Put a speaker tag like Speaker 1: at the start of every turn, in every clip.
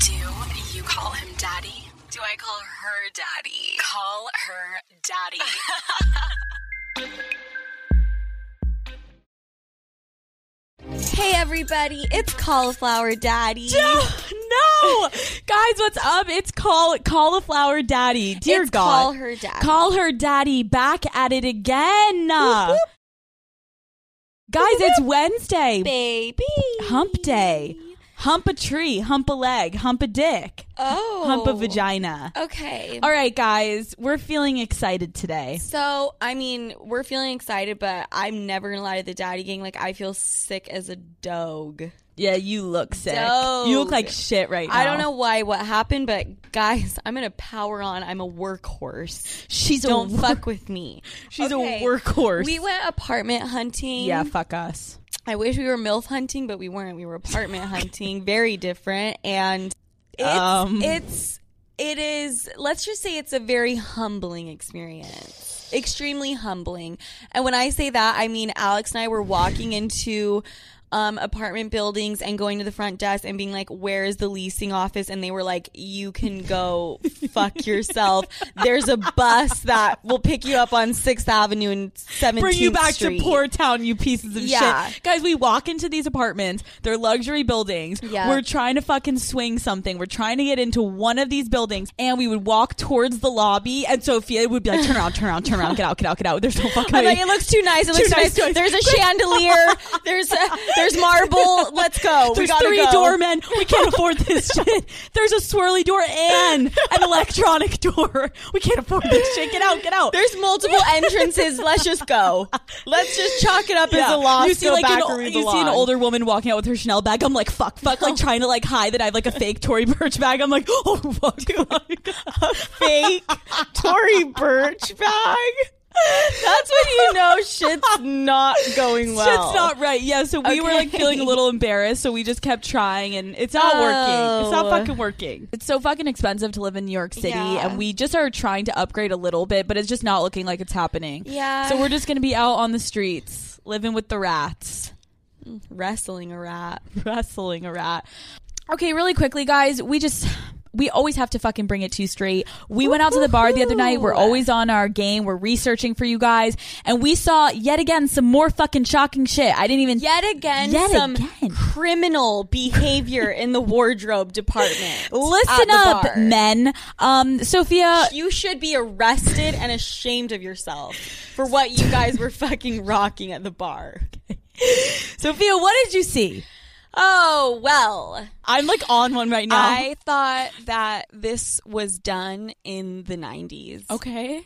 Speaker 1: Do you call him daddy? Do I call her daddy? Call her daddy.
Speaker 2: Hey everybody, it's Cauliflower Daddy.
Speaker 3: no, guys, what's up? It's call cauliflower daddy. Dear
Speaker 2: It's
Speaker 3: God,
Speaker 2: Call Her Daddy.
Speaker 3: Call her daddy. Back at it again,
Speaker 2: whoop.
Speaker 3: guys. It's Wednesday.
Speaker 2: Baby.
Speaker 3: Hump day. Hump a tree. Hump a leg. Hump a dick.
Speaker 2: Oh.
Speaker 3: Hump a vagina.
Speaker 2: Okay.
Speaker 3: All right, guys, we're feeling excited today.
Speaker 2: So, I mean, we're feeling excited, but I'm never gonna lie to the daddy gang. Like, I feel sick as a dog.
Speaker 3: Yeah, you look sick.
Speaker 2: Dope.
Speaker 3: You look like shit right now.
Speaker 2: I don't know why what happened, but guys, I'm gonna power on. I'm a workhorse.
Speaker 3: She's a
Speaker 2: Don't
Speaker 3: wor-
Speaker 2: fuck with me.
Speaker 3: She's
Speaker 2: Okay.
Speaker 3: a workhorse.
Speaker 2: We went apartment hunting.
Speaker 3: yeah, fuck us.
Speaker 2: I wish we were MILF hunting, but we weren't. We were apartment hunting. Very different. And it's,
Speaker 3: Um.
Speaker 2: it's, it is, let's just say it's a very humbling experience. Extremely humbling. And when I say that, I mean Alex and I were walking into um, apartment buildings and going to the front desk and being like, Where is the leasing office? And they were like, You can go fuck yourself. There's a bus that will pick you up on 6th Avenue and 17th
Speaker 3: bring you back
Speaker 2: Street.
Speaker 3: to poor town, you pieces of
Speaker 2: Yeah.
Speaker 3: shit. Guys, we walk into these apartments. They're luxury buildings.
Speaker 2: Yeah.
Speaker 3: We're trying to fucking swing something. We're trying to get into one of these buildings and we would walk towards the lobby and Sophia would be like, turn around, turn around, turn around, get out, get out, get out. There's no fucking
Speaker 2: I'm
Speaker 3: way.
Speaker 2: like, it looks too nice. It
Speaker 3: Too
Speaker 2: looks too
Speaker 3: nice,
Speaker 2: nice.
Speaker 3: too nice.
Speaker 2: There's a chandelier. There's a, there's marble. Let's go. we
Speaker 3: There's
Speaker 2: gotta
Speaker 3: three
Speaker 2: go.
Speaker 3: doormen. We can't afford this shit. There's a swirly door and an electronic door. We can't afford this shit. Get out, get out.
Speaker 2: There's multiple entrances. Let's just go. Let's just chalk it up as
Speaker 3: Yeah.
Speaker 2: a loss.
Speaker 3: You see
Speaker 2: go
Speaker 3: like
Speaker 2: back
Speaker 3: an,
Speaker 2: where we
Speaker 3: you see an
Speaker 2: belong.
Speaker 3: older woman walking out with her Chanel bag. I'm like, fuck, fuck, like trying to like hide that I have like a fake Tory Burch bag. I'm like, oh fuck, fuck.
Speaker 2: fake Tory Birch bag. That's when you know shit's not going well.
Speaker 3: shit's not right. Yeah, so we were like
Speaker 2: Okay.
Speaker 3: feeling a little embarrassed, so we just kept trying, and it's not working. It's not
Speaker 2: Oh.
Speaker 3: fucking working. It's so fucking expensive to live in New York City,
Speaker 2: Yeah.
Speaker 3: and we just are trying to upgrade a little bit, but it's just not looking like it's happening.
Speaker 2: Yeah.
Speaker 3: So we're just gonna be out on the streets, living with the rats.
Speaker 2: wrestling a rat.
Speaker 3: wrestling a rat. Okay, really quickly, guys, we just. We always have to fucking bring it to you straight. We went out to the bar the other night. We're
Speaker 2: Woohoo.
Speaker 3: always on our game. We're researching for you guys. And we saw yet again some more fucking shocking shit. I didn't even.
Speaker 2: Yet again,
Speaker 3: Yet
Speaker 2: some
Speaker 3: again.
Speaker 2: criminal behavior in the wardrobe department. at
Speaker 3: Listen
Speaker 2: the
Speaker 3: up,
Speaker 2: bar.
Speaker 3: men. Um, Sophia,
Speaker 2: you should be arrested and ashamed of yourself for what you guys were fucking rocking at the bar.
Speaker 3: Sophia, what did you see?
Speaker 2: Oh, well.
Speaker 3: I'm like on one right now.
Speaker 2: I thought that this was done in the 90s.
Speaker 3: okay.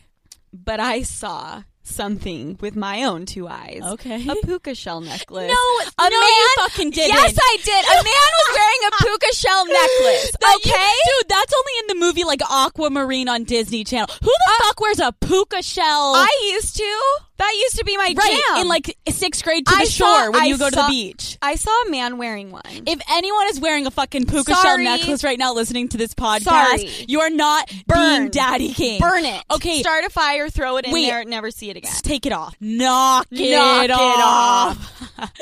Speaker 2: But I saw something with my own two eyes.
Speaker 3: Okay.
Speaker 2: A puka shell necklace.
Speaker 3: No,
Speaker 2: a
Speaker 3: no, you
Speaker 2: man
Speaker 3: fucking didn't.
Speaker 2: Yes, I did. A man was wearing a puka shell necklace.
Speaker 3: No,
Speaker 2: Okay?
Speaker 3: you- dude, that's only in the movie like Aquamarine on Disney Channel. Who the fuck wears a puka shell?
Speaker 2: I used to. That used to be my
Speaker 3: right
Speaker 2: jam.
Speaker 3: in like sixth grade to
Speaker 2: I
Speaker 3: the shore
Speaker 2: saw-
Speaker 3: when
Speaker 2: I
Speaker 3: you go to the
Speaker 2: saw-
Speaker 3: beach.
Speaker 2: I saw a man wearing one.
Speaker 3: If anyone is wearing a fucking puka
Speaker 2: Sorry.
Speaker 3: shell necklace right now, listening to this podcast,
Speaker 2: Sorry.
Speaker 3: you are not being
Speaker 2: Burn.
Speaker 3: Daddy King.
Speaker 2: Burn it.
Speaker 3: Okay,
Speaker 2: Start a fire, throw it in
Speaker 3: Wait.
Speaker 2: there, never see it again.
Speaker 3: s- take it off. Knock,
Speaker 2: Knock
Speaker 3: it
Speaker 2: it
Speaker 3: off.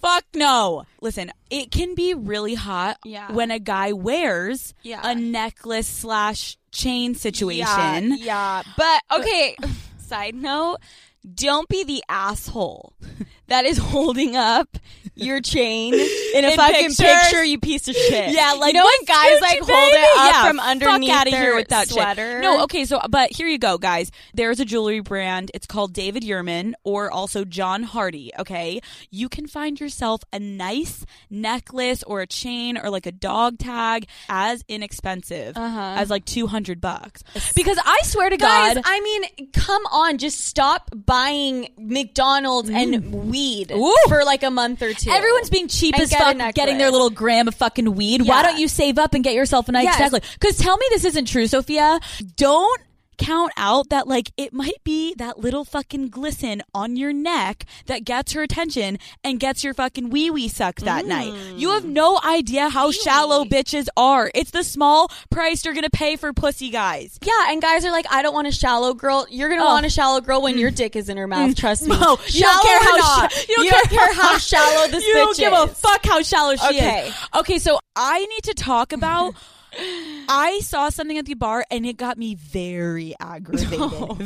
Speaker 3: Fuck no. Listen, it can be really hot
Speaker 2: Yeah.
Speaker 3: when a guy wears
Speaker 2: Yeah.
Speaker 3: a necklace slash chain situation.
Speaker 2: Yeah, yeah. But okay, side note, don't be the asshole that is holding up your chain in a
Speaker 3: In
Speaker 2: fucking
Speaker 3: pictures.
Speaker 2: picture, you piece of shit.
Speaker 3: Yeah, like
Speaker 2: you know when
Speaker 3: what's
Speaker 2: guys
Speaker 3: Gucci,
Speaker 2: like
Speaker 3: baby?
Speaker 2: hold it up
Speaker 3: Yeah,
Speaker 2: from underneath
Speaker 3: fuck out of
Speaker 2: their
Speaker 3: here with that shit.
Speaker 2: sweater.
Speaker 3: No, okay, so but here you go, guys. There's a jewelry brand. It's called David Yurman or also John Hardy. Okay, you can find yourself a nice necklace or a chain or like a dog tag as inexpensive
Speaker 2: Uh-huh.
Speaker 3: as like two hundred bucks. Because I swear to
Speaker 2: Guys,
Speaker 3: God.
Speaker 2: I mean, come on, just stop buying McDonald's and weed
Speaker 3: Ooh.
Speaker 2: for like a month or two.
Speaker 3: Everyone's being cheap
Speaker 2: And
Speaker 3: as
Speaker 2: get a
Speaker 3: fuck getting their
Speaker 2: necklace.
Speaker 3: little gram of fucking weed. Why
Speaker 2: Yeah.
Speaker 3: don't you save up and get yourself a nice
Speaker 2: Yes.
Speaker 3: necklace? Because tell me this isn't true, Sophia. Don't count out that like it might be that little fucking glisten on your neck that gets her attention and gets your fucking wee wee sucked that
Speaker 2: Mm.
Speaker 3: night. You have no idea how shallow bitches are. It's the small price you're gonna pay for pussy guys.
Speaker 2: Yeah, and guys are like, I don't want a shallow girl. You're gonna
Speaker 3: Oh.
Speaker 2: want a shallow girl when your dick is in her mouth. Trust me.
Speaker 3: No, you don't
Speaker 2: Shallow
Speaker 3: care
Speaker 2: or
Speaker 3: how
Speaker 2: not,
Speaker 3: sh-
Speaker 2: you don't, care, how shallow this
Speaker 3: you
Speaker 2: bitch
Speaker 3: don't give a
Speaker 2: is.
Speaker 3: fuck how shallow she
Speaker 2: Okay.
Speaker 3: is. Okay, so I need to talk about. I saw something at the bar and it got me very aggravated.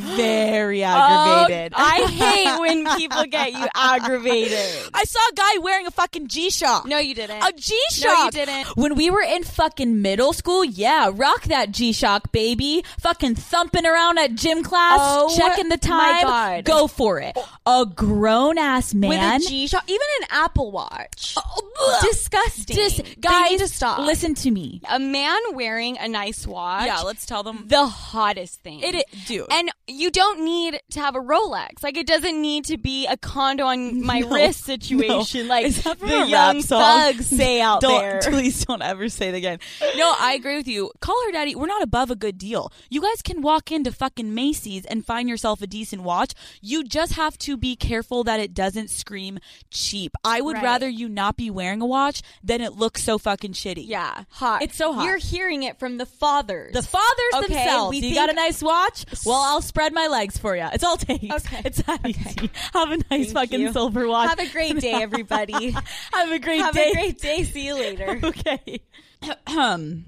Speaker 3: Very aggravated.
Speaker 2: Oh, I hate when people get you aggravated.
Speaker 3: I saw a guy wearing a fucking G Shock.
Speaker 2: No, you didn't.
Speaker 3: A G Shock.
Speaker 2: No, you didn't.
Speaker 3: When we were in fucking middle school, yeah, rock that G Shock, baby. Fucking thumping around at gym class,
Speaker 2: Oh,
Speaker 3: checking the
Speaker 2: my
Speaker 3: time.
Speaker 2: God.
Speaker 3: Go for it. A grown ass
Speaker 2: With
Speaker 3: man.
Speaker 2: a G shot, even an Apple Watch.
Speaker 3: Oh, ugh.
Speaker 2: Disgusting.
Speaker 3: Dis-
Speaker 2: They
Speaker 3: guys,
Speaker 2: need to stop.
Speaker 3: listen to me.
Speaker 2: Uh, a man wearing a nice watch.
Speaker 3: let's tell them.
Speaker 2: the hottest thing.
Speaker 3: It is- dude.
Speaker 2: And you don't need to have a Rolex. Like it doesn't need to be a condo on my
Speaker 3: No,
Speaker 2: wrist situation.
Speaker 3: no.
Speaker 2: Like
Speaker 3: Is that from
Speaker 2: the
Speaker 3: a
Speaker 2: young
Speaker 3: rap song?
Speaker 2: thugs say out
Speaker 3: Don't-
Speaker 2: there.
Speaker 3: Please don't ever say that again. No, I agree with you. Call her daddy. We're not above a good deal. You guys can walk into fucking Macy's and find yourself a decent watch. You just have to be careful that it doesn't scream cheap. I would
Speaker 2: Right.
Speaker 3: rather you not be wearing a watch than it look so fucking shitty.
Speaker 2: Yeah, hot.
Speaker 3: It's so hot.
Speaker 2: You're hearing it from the fathers.
Speaker 3: The fathers
Speaker 2: Okay,
Speaker 3: themselves.
Speaker 2: we
Speaker 3: you
Speaker 2: think-
Speaker 3: got a nice watch? Well, I'll spread my legs for you. It's all it takes.
Speaker 2: Okay.
Speaker 3: It's that
Speaker 2: Okay.
Speaker 3: easy. Have a nice
Speaker 2: Thank
Speaker 3: fucking
Speaker 2: you.
Speaker 3: silver watch.
Speaker 2: Have a great day, everybody.
Speaker 3: Have a great
Speaker 2: Have
Speaker 3: day.
Speaker 2: a great day. See you later.
Speaker 3: okay. Ahem.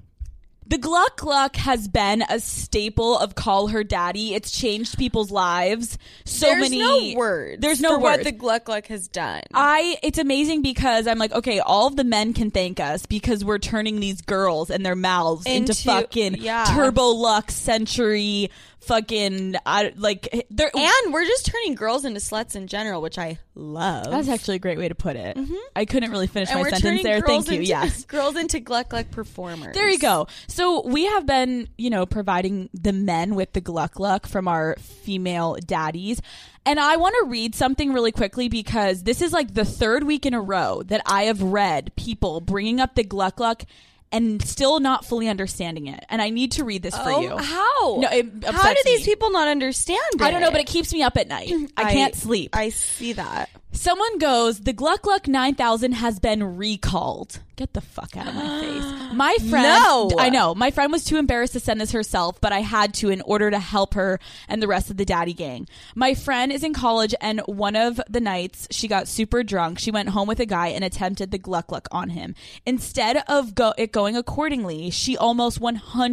Speaker 3: The Gluck Gluck has been a staple of Call Her Daddy. It's changed people's lives. So
Speaker 2: there's
Speaker 3: many
Speaker 2: no words.
Speaker 3: There's no
Speaker 2: for
Speaker 3: words. Uh,
Speaker 2: what the Gluck Gluck has done.
Speaker 3: I it's amazing because I'm like, okay, all of the men can thank us because we're turning these girls and their mouths into,
Speaker 2: Into-
Speaker 3: fucking
Speaker 2: yeah.
Speaker 3: turbo lux century fucking I, like they're
Speaker 2: and we're just turning girls into sluts in general, which I love.
Speaker 3: that's actually a great way to put it. I couldn't really finish
Speaker 2: Mm-hmm. and we're
Speaker 3: my sentence
Speaker 2: turning
Speaker 3: there.
Speaker 2: girls
Speaker 3: Thank you.
Speaker 2: into,
Speaker 3: Yes.
Speaker 2: girls into Gluck Gluck performers.
Speaker 3: There you go. So we have been, you know, providing the men with the gluck gluck from our female daddies. And I want to read something really quickly because this is like the third week in a row that I have read people bringing up the gluck gluck and still not fully understanding it. And I need to read this for you.
Speaker 2: Oh, how?
Speaker 3: No, it
Speaker 2: how do
Speaker 3: upsets
Speaker 2: these
Speaker 3: me.
Speaker 2: people not understand?
Speaker 3: I don't know, but it keeps me up at night. I can't sleep.
Speaker 2: I see that.
Speaker 3: Someone goes, the Gluck Gluck 9000 has been recalled. Get the fuck out of my face. My friend.
Speaker 2: No!
Speaker 3: I know. My friend was too embarrassed to send this herself, but I had to in order to help her and the rest of the daddy gang. My friend is in college, and one of the nights she got super drunk. She went home with a guy and attempted the Gluck Gluck on him. Instead of go- it going accordingly, she almost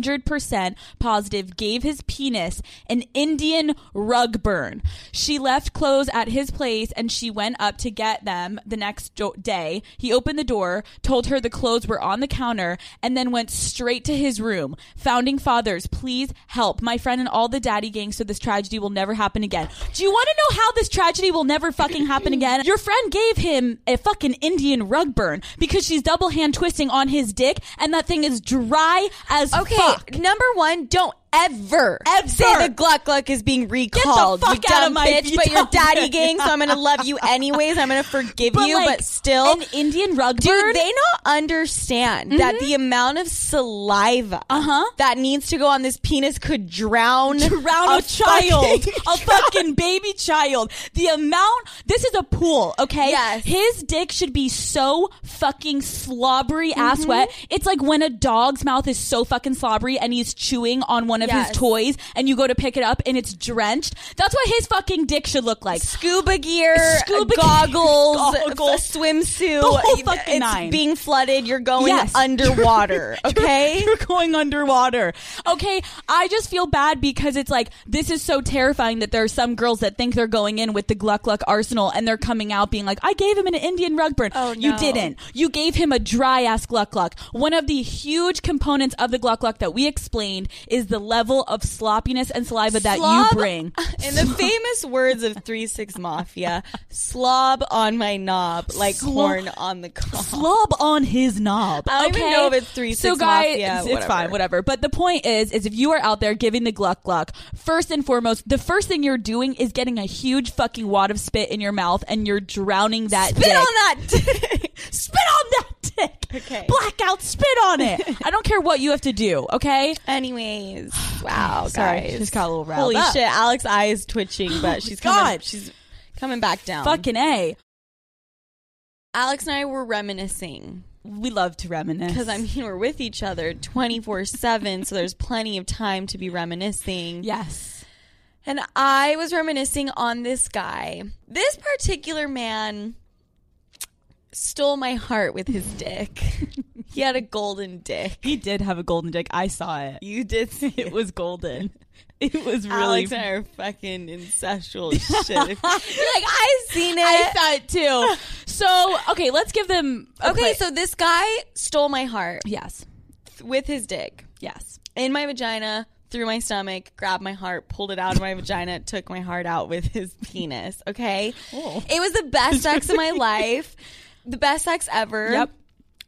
Speaker 3: 100% positive gave his penis an Indian rug burn. She left clothes at his place and she went up to get them the next jo- day. He opened the door, told her the clothes were on the counter, and then went straight to his room. Founding fathers, please help my friend and all the daddy gang so this tragedy will never happen again. Do you want to know how this tragedy will never fucking happen again? Your friend gave him a fucking Indian rug burn because she's double hand twisting on his dick and that thing is dry as
Speaker 2: Okay,
Speaker 3: fuck.
Speaker 2: number one, don't ever,
Speaker 3: Ever.
Speaker 2: say the Gluck Gluck is being recalled.
Speaker 3: fuck
Speaker 2: you
Speaker 3: out of
Speaker 2: dumb
Speaker 3: my-
Speaker 2: bitch,
Speaker 3: you
Speaker 2: but you're
Speaker 3: dumb
Speaker 2: daddy
Speaker 3: bitch.
Speaker 2: gang, so I'm gonna love you anyways. I'm gonna forgive you,
Speaker 3: like,
Speaker 2: but still,
Speaker 3: an Indian rug
Speaker 2: do
Speaker 3: burn. Mm-hmm.
Speaker 2: they not understand that the amount of saliva
Speaker 3: Uh-huh.
Speaker 2: that needs to go on this penis could drown
Speaker 3: drown a, child,
Speaker 2: fucking-
Speaker 3: a fucking baby child. The amount. This is a pool, okay?
Speaker 2: Yes.
Speaker 3: His dick should be so fucking slobbery
Speaker 2: Mm-hmm.
Speaker 3: ass wet. It's like when a dog's mouth is so fucking slobbery and he's chewing on one of
Speaker 2: Yes.
Speaker 3: his toys, and you go to pick it up and it's drenched. That's what his fucking dick should look like.
Speaker 2: scuba gear,
Speaker 3: Scuba gear,
Speaker 2: goggles,
Speaker 3: goggles.
Speaker 2: f- swimsuit.
Speaker 3: The whole fucking
Speaker 2: it's
Speaker 3: nine.
Speaker 2: being flooded. You're going
Speaker 3: Yes.
Speaker 2: underwater. okay.
Speaker 3: You're going underwater. Okay, I just feel bad because it's like this is so terrifying that there are some girls that think they're going in with the Gluck Gluck arsenal and they're coming out being like, I gave him an Indian rug burn.
Speaker 2: Oh, no.
Speaker 3: You didn't. You gave him a dry ass Gluck Gluck. One of the huge components of the Gluck Gluck that we explained is the level of sloppiness and saliva that
Speaker 2: Slob-
Speaker 3: you bring.
Speaker 2: In the famous words of Three Six Mafia, slob on my knob like
Speaker 3: Slob-
Speaker 2: corn on the cob.
Speaker 3: slob on his knob.
Speaker 2: I don't even
Speaker 3: okay?
Speaker 2: know if it's three,
Speaker 3: So,
Speaker 2: six
Speaker 3: guys,
Speaker 2: mafia,
Speaker 3: it's, it's
Speaker 2: whatever.
Speaker 3: fine, whatever. But the point is, is if you are out there giving the gluck gluck, first and foremost, the first thing you're doing is getting a huge fucking wad of spit in your mouth, and you're drowning that
Speaker 2: Spit
Speaker 3: dick.
Speaker 2: on that. dick.
Speaker 3: spit on that dick.
Speaker 2: Okay.
Speaker 3: Blackout. Spit on it. I don't care what you have to do, okay?
Speaker 2: Anyways, wow,
Speaker 3: Sorry,
Speaker 2: guys.
Speaker 3: just got a little riled
Speaker 2: Holy
Speaker 3: up.
Speaker 2: shit, Alex eye is twitching, but she's coming
Speaker 3: God.
Speaker 2: she's coming back down.
Speaker 3: Fucking A.
Speaker 2: Alex and I were reminiscing
Speaker 3: We love to reminisce.
Speaker 2: because I mean we're with each other 24/7, so there's plenty of time to be reminiscing.
Speaker 3: Yes.
Speaker 2: And I was reminiscing on this guy. This particular man stole my heart with his dick. he had a golden dick.
Speaker 3: He did have a golden dick. I saw it.
Speaker 2: You did see
Speaker 3: It was golden. It was really
Speaker 2: Alex and I are fucking incestual as shit. You're like, I've seen it.
Speaker 3: I saw it too. So, okay, let's give them a
Speaker 2: okay,
Speaker 3: play-
Speaker 2: so this guy stole my heart
Speaker 3: yes.
Speaker 2: with his dick
Speaker 3: Yes.
Speaker 2: in my vagina, through my stomach, grabbed my heart, pulled it out of my vagina, took my heart out with his penis. Okay,
Speaker 3: Oh.
Speaker 2: it was the best sex of my life, the best sex ever.
Speaker 3: Yep.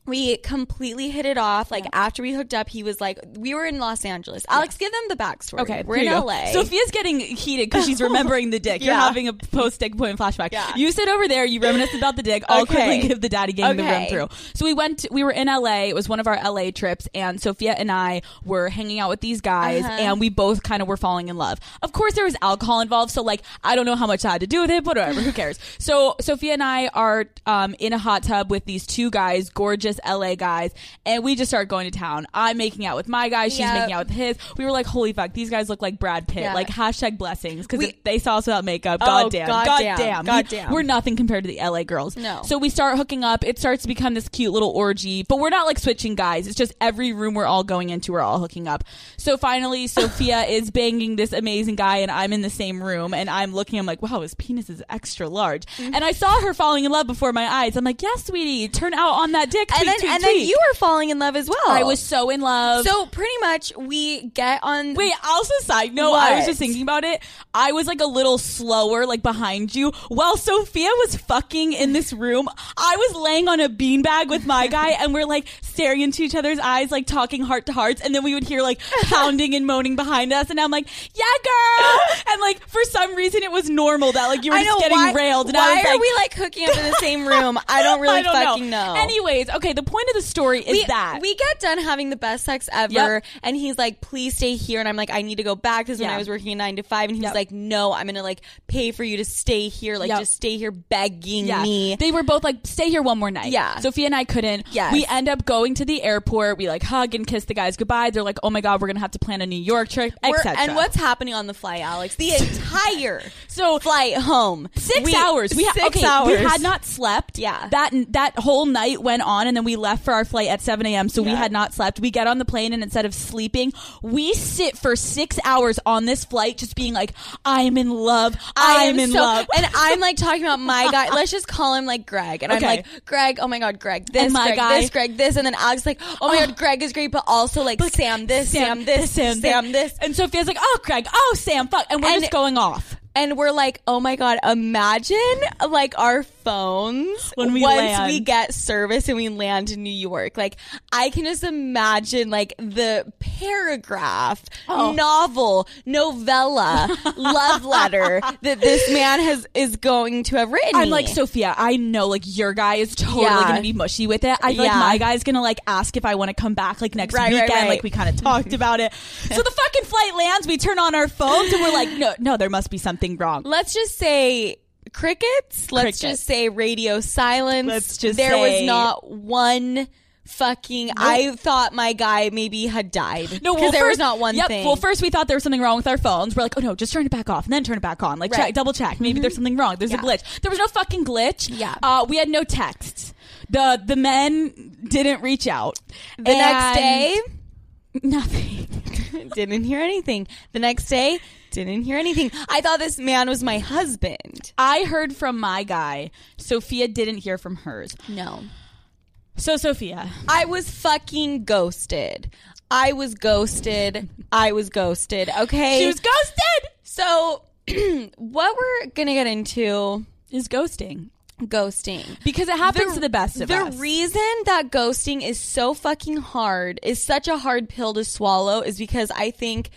Speaker 2: We completely hit it off. Like after we hooked up, he was like, "We were in Los Angeles." Alex, give them the backstory.
Speaker 3: Okay,
Speaker 2: we're
Speaker 3: here
Speaker 2: in
Speaker 3: you go.
Speaker 2: LA.
Speaker 3: Sophia's getting heated because she's remembering the dick. You're
Speaker 2: Yeah.
Speaker 3: having a post dick point flashback.
Speaker 2: Yeah.
Speaker 3: You sit over there, you reminisce about the dick. I'll
Speaker 2: Okay.
Speaker 3: quickly give the daddy gang
Speaker 2: Okay.
Speaker 3: the run through. So we went. we were in LA. It was one of our LA trips, and Sophia and I were hanging out with these guys,
Speaker 2: Uh-huh.
Speaker 3: and we both kind of were falling in love. Of course, there was alcohol involved, so like I don't know how much that had to do with it, but whatever. Who cares? So Sophia and I are um, in a hot tub with these two guys, gorgeous LA guys, and we just start going to town. I'm making out with my guy. She's
Speaker 2: Yep.
Speaker 3: making out with his. We were like, holy fuck, these guys look like Brad Pitt.
Speaker 2: Yeah.
Speaker 3: Like hashtag blessings because
Speaker 2: We-
Speaker 3: if they saw us without makeup,
Speaker 2: Oh,
Speaker 3: goddamn,
Speaker 2: goddamn,
Speaker 3: goddamn,
Speaker 2: goddamn.
Speaker 3: we're nothing compared to the LA girls.
Speaker 2: No.
Speaker 3: So we start hooking up. It starts to become this cute little orgy, but we're not like switching guys. It's just every room we're all going into, we're all hooking up. So finally, Sophia is banging this amazing guy, and I'm in the same room, and I'm looking. I'm like, wow, his penis is extra large,
Speaker 2: Mm-hmm.
Speaker 3: and I saw her falling in love before my eyes. I'm like, yes, sweetie, turn out on that dick.
Speaker 2: and
Speaker 3: tweet,
Speaker 2: then
Speaker 3: tweet,
Speaker 2: and then
Speaker 3: tweet.
Speaker 2: you were falling in love as well.
Speaker 3: I was so in love.
Speaker 2: So pretty much, we get on.
Speaker 3: Wait, also side note, I was
Speaker 2: What?
Speaker 3: just thinking about it. I was like a little slower, like behind you, while Sophia was fucking in this room. I was laying on a beanbag with my guy, and we're like staring into each other's eyes, like talking heart to hearts, and then we would hear like pounding and moaning behind us, and I'm like, "Yeah, girl," and like for some reason it was normal that like you were
Speaker 2: I know
Speaker 3: just getting
Speaker 2: why,
Speaker 3: railed, and
Speaker 2: why
Speaker 3: I was
Speaker 2: are
Speaker 3: like,
Speaker 2: we like hooking up in the same room? I don't really
Speaker 3: I don't
Speaker 2: fucking know.
Speaker 3: know. Anyways, okay, the point of the story is
Speaker 2: we,
Speaker 3: that
Speaker 2: we get done having the best sex ever,
Speaker 3: Yep.
Speaker 2: and he's like, "Please stay here." And I'm like, "I need to go back." This is when
Speaker 3: Yeah.
Speaker 2: I was working a nine to five, and he was
Speaker 3: Yep.
Speaker 2: like, "No, I'm gonna like pay for you to stay here, like
Speaker 3: Yep.
Speaker 2: just stay here begging
Speaker 3: yeah.
Speaker 2: me."
Speaker 3: They were both like, stay here one more night.
Speaker 2: Yeah.
Speaker 3: Sophia and I couldn't.
Speaker 2: Yes.
Speaker 3: We end up going to the airport. We like hug and kiss the guys goodbye. They're like, oh my God, we're going to have to plan a New York trip,
Speaker 2: We're-
Speaker 3: etc.
Speaker 2: and what's happening on the flight, Alex? The entire
Speaker 3: So-
Speaker 2: flight home,
Speaker 3: Six hours. We ha-
Speaker 2: six
Speaker 3: okay,
Speaker 2: hours.
Speaker 3: We had not slept.
Speaker 2: Yeah.
Speaker 3: That that whole night went on, and then we left for our flight at seven a.m. So we
Speaker 2: Yeah.
Speaker 3: had not slept. We get on the plane, and instead of sleeping, we sit for six hours on this flight, just being like, "I am in love. I, am in
Speaker 2: so-
Speaker 3: love."
Speaker 2: And I'm like talking about my guy. Let's just call him like Greg. And
Speaker 3: Okay.
Speaker 2: I'm like, Greg, oh my God, Greg, this,
Speaker 3: And my
Speaker 2: Greg,
Speaker 3: guy-
Speaker 2: this, Greg, this. And then Alex is like, oh my God, Greg is great, but also like Sam this, Sam, this, Sam, this.
Speaker 3: And Sophia's like, "Oh, Greg. Oh, Sam. Fuck." And we're
Speaker 2: And-
Speaker 3: just going off.
Speaker 2: And we're like, oh my God, imagine like our phones
Speaker 3: When we
Speaker 2: once
Speaker 3: land.
Speaker 2: we get service and we land in New York. Like, I can just imagine like the paragraph,
Speaker 3: Oh.
Speaker 2: novel, novella, love letter that this man has is going to have written.
Speaker 3: I'm
Speaker 2: me.
Speaker 3: like Sophia. I know, like your guy is totally
Speaker 2: Yeah.
Speaker 3: gonna be mushy with it. I feel
Speaker 2: Yeah.
Speaker 3: like my guy's gonna like ask if I want to come back like next
Speaker 2: Right, right,
Speaker 3: weekend.
Speaker 2: right.
Speaker 3: Like we kind of talked about it. So the fucking flight lands. We turn on our phones and we're like, no, no, there must be something wrong.
Speaker 2: let's just say crickets. Let's
Speaker 3: Crickets.
Speaker 2: just say radio silence.
Speaker 3: Let's just
Speaker 2: there was
Speaker 3: say-
Speaker 2: not one fucking. I thought my guy maybe had died.
Speaker 3: No,
Speaker 2: because
Speaker 3: well,
Speaker 2: there was
Speaker 3: first-
Speaker 2: not one
Speaker 3: yep,
Speaker 2: thing.
Speaker 3: Well, first we thought there was something wrong with our phones. We're like, oh no, just turn it back off and then turn it back on. Like,
Speaker 2: Right. Mm-hmm.
Speaker 3: check, double check. Maybe there's something wrong. There's a
Speaker 2: Yeah.
Speaker 3: glitch. There was no fucking glitch.
Speaker 2: Yeah.
Speaker 3: Uh, we had no texts. The the men didn't reach out.
Speaker 2: the next day,
Speaker 3: nothing.
Speaker 2: didn't hear anything. The next day, didn't hear anything. I thought this man was my husband.
Speaker 3: I heard from my guy. Sophia didn't hear from hers.
Speaker 2: No,
Speaker 3: So Sophia,
Speaker 2: I was fucking ghosted. I was ghosted. I was ghosted. Okay.
Speaker 3: she was ghosted.
Speaker 2: so, what we're going to get into
Speaker 3: Is ghosting
Speaker 2: ghosting.
Speaker 3: because it happens to the best of
Speaker 2: the
Speaker 3: us.
Speaker 2: reason that ghosting is so fucking hard, is such a hard pill to swallow, is because I think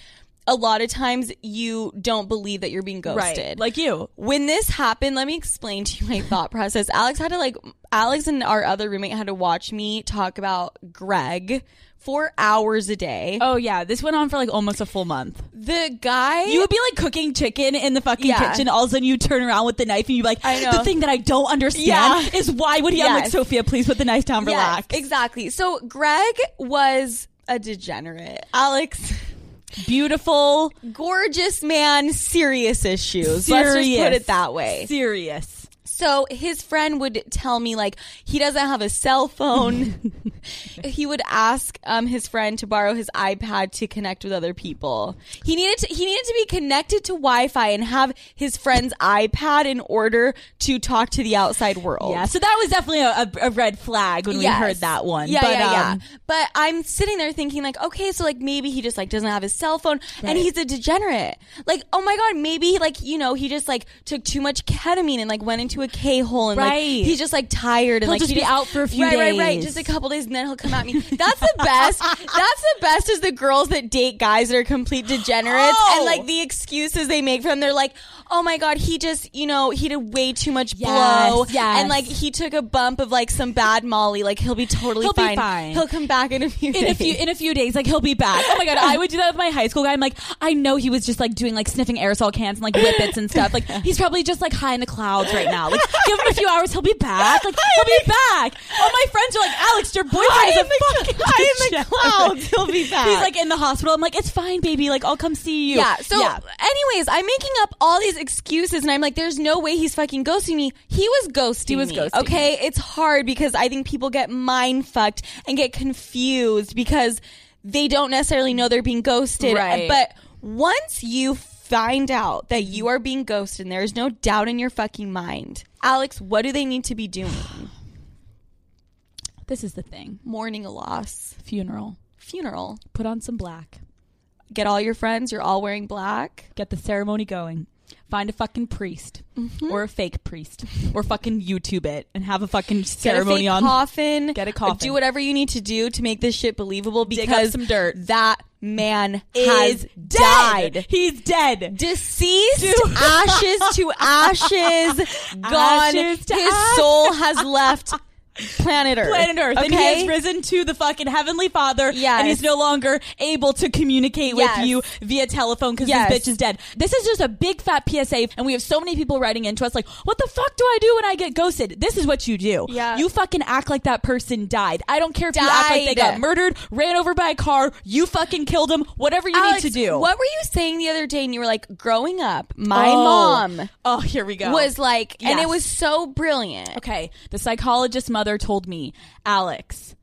Speaker 2: a lot of times you don't believe that you're being ghosted.
Speaker 3: Right. Like you.
Speaker 2: when this happened, let me explain to you my thought process. Alex had to like Alex and our other roommate had to watch me talk about Greg for hours a day.
Speaker 3: Oh yeah, this went on for like almost a full month.
Speaker 2: The guy
Speaker 3: You would be like cooking chicken in the fucking
Speaker 2: Yeah.
Speaker 3: kitchen. All of a sudden, you turn around with the knife and you're like,
Speaker 2: I know.
Speaker 3: "The thing that I don't understand is why would he?" I'm like,
Speaker 2: Yes.
Speaker 3: "Sophia, please put the knife down.
Speaker 2: Yes,
Speaker 3: Relax."
Speaker 2: exactly. So Greg was a degenerate. Alex
Speaker 3: Beautiful,
Speaker 2: gorgeous man, serious issues. Let's just put
Speaker 3: Serious.
Speaker 2: it that way.
Speaker 3: serious.
Speaker 2: So his friend would tell me like he doesn't have a cell phone. he would ask um, his friend to borrow his iPad to connect with other people. He needed to, he needed to be connected to Wi-Fi and have his friend's iPad in order to talk to the outside world.
Speaker 3: Yeah, so that was definitely a, a, a red flag when
Speaker 2: Oh. Yes.
Speaker 3: we heard that one.
Speaker 2: Yeah,
Speaker 3: but,
Speaker 2: yeah,
Speaker 3: um,
Speaker 2: yeah. But I'm sitting there thinking, like, okay, so like maybe he just like doesn't have his cell phone and he's a degenerate. Like, oh my god, maybe like you know he just like took too much ketamine and like went into a K hole and like
Speaker 3: Right.
Speaker 2: he's just like tired and
Speaker 3: He'll
Speaker 2: like
Speaker 3: just
Speaker 2: he
Speaker 3: be out for a few
Speaker 2: right, right, right,
Speaker 3: days.
Speaker 2: just a couple days and then he'll come at me. That's the best. That's the best is the girls that date guys that are complete degenerates and
Speaker 3: Oh.
Speaker 2: like the excuses they make for them. They're like, oh my god, he just you know he did way too much
Speaker 3: Yes,
Speaker 2: blow
Speaker 3: yes.
Speaker 2: and like he took a bump of like some bad Molly. Like he'll be totally
Speaker 3: He'll be
Speaker 2: fine.
Speaker 3: fine.
Speaker 2: He'll come back in a few
Speaker 3: in a
Speaker 2: days.
Speaker 3: few in a few days, like he'll be back. Oh my god, I would do that with my high school guy. I'm like, I know he was just like doing like sniffing aerosol cans and like whippets and stuff. Like he's probably just like high in the clouds right now. Like give him a few hours, he'll be back. Like he'll be back. All my friends are like, Alex, your boyfriend
Speaker 2: High
Speaker 3: is a
Speaker 2: in the-
Speaker 3: fucking
Speaker 2: high in the
Speaker 3: degenerate."
Speaker 2: clouds, he'll be back.
Speaker 3: He's like in the hospital. I'm like, it's fine, baby. Like I'll come see you.
Speaker 2: yeah. So, anyways, I'm making up all these excuses, and I'm like, "There's no way he's fucking ghosting me. He was ghosting. He
Speaker 3: was
Speaker 2: me,
Speaker 3: ghosting
Speaker 2: Okay, it's hard because I think people get mind fucked and get confused because they don't necessarily know they're being ghosted.
Speaker 3: Right.
Speaker 2: But once you find out that you are being ghosted, and there is no doubt in your fucking mind, Alex. What do they need to be doing?
Speaker 3: this is the thing.
Speaker 2: Mourning a loss,
Speaker 3: Funeral.
Speaker 2: funeral.
Speaker 3: Put on some black.
Speaker 2: get all your friends. You're all wearing black.
Speaker 3: Get the ceremony going. Find a fucking priest
Speaker 2: Mm-hmm.
Speaker 3: or a fake priest or fucking YouTube it and have a fucking ceremony
Speaker 2: get a fake
Speaker 3: on.
Speaker 2: coffin.
Speaker 3: Get a coffin.
Speaker 2: Do whatever you need to do to make this shit believable
Speaker 3: Dig up
Speaker 2: because
Speaker 3: some dirt.
Speaker 2: that man
Speaker 3: Is
Speaker 2: has
Speaker 3: dead.
Speaker 2: died.
Speaker 3: He's dead.
Speaker 2: Deceased,
Speaker 3: Dude.
Speaker 2: ashes to ashes, gone.
Speaker 3: Ashes to
Speaker 2: His
Speaker 3: ash-
Speaker 2: soul has left planet Earth.
Speaker 3: Planet Earth,
Speaker 2: Okay?
Speaker 3: and he has risen to the fucking heavenly Father,
Speaker 2: Yes.
Speaker 3: and he's no longer able to communicate
Speaker 2: Yes.
Speaker 3: with you via telephone because
Speaker 2: Yes.
Speaker 3: this bitch is dead. This is just a big fat PSA, and we have so many people writing into us like, "What the fuck do I do when I get ghosted?" This is what you do.
Speaker 2: Yeah.
Speaker 3: you fucking act like that person died. I don't care if you act like they
Speaker 2: Died.
Speaker 3: got murdered, ran over by a car, you fucking killed him. Whatever you
Speaker 2: Alex,
Speaker 3: need to do.
Speaker 2: What were you saying the other day? And you were like, growing up, my
Speaker 3: Oh.
Speaker 2: mom
Speaker 3: Oh, here we go.
Speaker 2: was like, and it
Speaker 3: Yes.
Speaker 2: was so brilliant.
Speaker 3: Okay, the psychologist mother told me, Alex,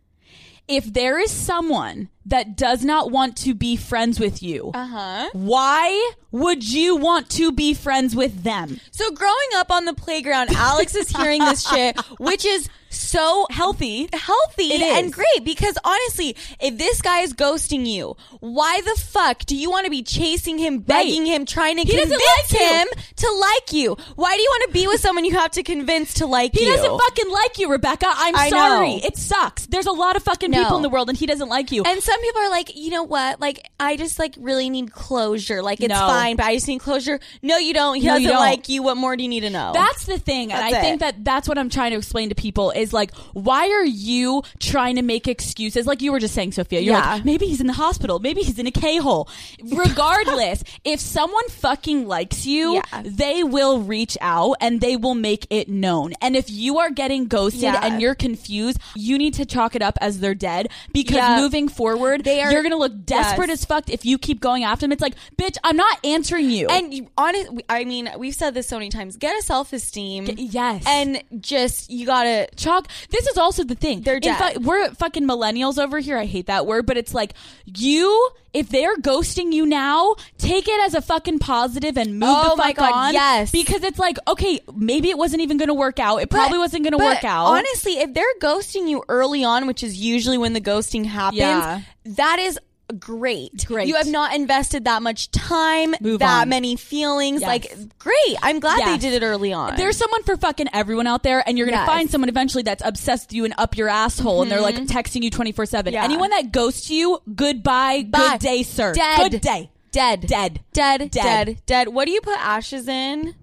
Speaker 3: if there is someone that does not want to be friends with you,
Speaker 2: Uh-huh.
Speaker 3: why would you want to be friends with them?
Speaker 2: So growing up on the playground, Alex is hearing this shit, which is so
Speaker 3: Healthy.
Speaker 2: healthy
Speaker 3: It
Speaker 2: and
Speaker 3: is.
Speaker 2: great because honestly, if this guy is ghosting you, why the fuck do you want to be chasing him, begging
Speaker 3: Right.
Speaker 2: him, trying to
Speaker 3: doesn't
Speaker 2: convince
Speaker 3: like you.
Speaker 2: him to like you? Why do you want to be with someone you have to convince to like
Speaker 3: He
Speaker 2: you?
Speaker 3: doesn't fucking like you, Rebecca. I'm
Speaker 2: I
Speaker 3: sorry.
Speaker 2: know.
Speaker 3: It sucks. There's a lot of fucking
Speaker 2: No.
Speaker 3: people in the world and he doesn't like you.
Speaker 2: and some people are like, you know what? Like, I just like really need closure. Like, it's
Speaker 3: No.
Speaker 2: fine, but I just need closure. No, you don't. He
Speaker 3: No,
Speaker 2: doesn't
Speaker 3: you don't.
Speaker 2: like you. What more do you need to know?
Speaker 3: That's the thing. and
Speaker 2: That's
Speaker 3: I think
Speaker 2: it.
Speaker 3: that that's what I'm trying to explain to people is like, why are you trying to make excuses? Like you were just saying, Sophia, you're
Speaker 2: Yeah.
Speaker 3: like, maybe he's in the hospital. Maybe he's in a K hole. Regardless, if someone fucking likes you,
Speaker 2: Yeah.
Speaker 3: they will reach out and they will make it known. And if you are getting ghosted
Speaker 2: Yeah.
Speaker 3: and you're confused, you need to chalk it up as they're dead because
Speaker 2: Yeah.
Speaker 3: moving forward,
Speaker 2: They are-
Speaker 3: you're going to look desperate
Speaker 2: Yes.
Speaker 3: as fuck if you keep going after them. It's like, bitch, I'm not answering you.
Speaker 2: And you, honest, I mean, we've said this so many times. Get a self esteem.
Speaker 3: yes.
Speaker 2: and just you gotta.
Speaker 3: chalk. This is also the thing.
Speaker 2: They're
Speaker 3: In
Speaker 2: dead.
Speaker 3: fact, we're fucking millennials over here. I hate that word, but it's like you. If they're ghosting you now, take it as a fucking positive and move
Speaker 2: Oh
Speaker 3: the fuck
Speaker 2: my God,
Speaker 3: on.
Speaker 2: yes.
Speaker 3: because it's like okay, maybe it wasn't even going to work out. It probably
Speaker 2: But-
Speaker 3: wasn't going to
Speaker 2: but
Speaker 3: work out.
Speaker 2: Honestly, if they're ghosting you early on, which is usually when the ghosting happens,
Speaker 3: Yeah.
Speaker 2: that is great.
Speaker 3: Great.
Speaker 2: You have not invested that much time,
Speaker 3: Move
Speaker 2: that
Speaker 3: on.
Speaker 2: many feelings.
Speaker 3: Yes.
Speaker 2: Like, great. I'm glad
Speaker 3: Yes.
Speaker 2: they did it early on.
Speaker 3: There's someone for fucking everyone out there, and you're gonna
Speaker 2: Yes.
Speaker 3: find someone eventually that's obsessed with you and up your asshole, and they're like texting you 24 seven.
Speaker 2: Mm-hmm. Yeah.
Speaker 3: Anyone that ghosts you, goodbye,
Speaker 2: Bye.
Speaker 3: good day, sir,
Speaker 2: Dead.
Speaker 3: good day.
Speaker 2: Dead.
Speaker 3: Dead.
Speaker 2: Dead. Dead.
Speaker 3: Dead.
Speaker 2: Dead. What do you put ashes in?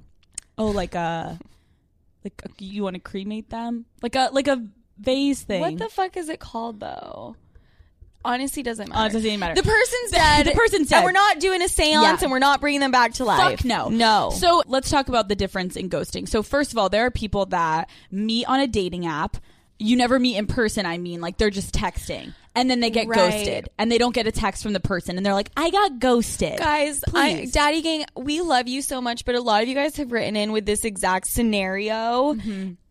Speaker 3: Oh, like a like a, you want to cremate them? Like a like a vase thing.
Speaker 2: What the fuck is it called though? Honestly, doesn't matter.
Speaker 3: Oh, it doesn't even matter.
Speaker 2: The person's dead.
Speaker 3: the person's dead.
Speaker 2: And we're not doing a seance
Speaker 3: Yeah.
Speaker 2: and we're not bringing them back to life.
Speaker 3: Fuck no.
Speaker 2: No.
Speaker 3: So let's talk about the difference in ghosting. So first of all, there are people that meet on a dating app. You never meet in person, I mean, like they're just texting. And then they get
Speaker 2: Right.
Speaker 3: ghosted and they don't get a text from the person and they're like, I got ghosted.
Speaker 2: guys, I,
Speaker 3: Please.
Speaker 2: Daddy Gang, we love you so much, but a lot of you guys have written in with this exact scenario.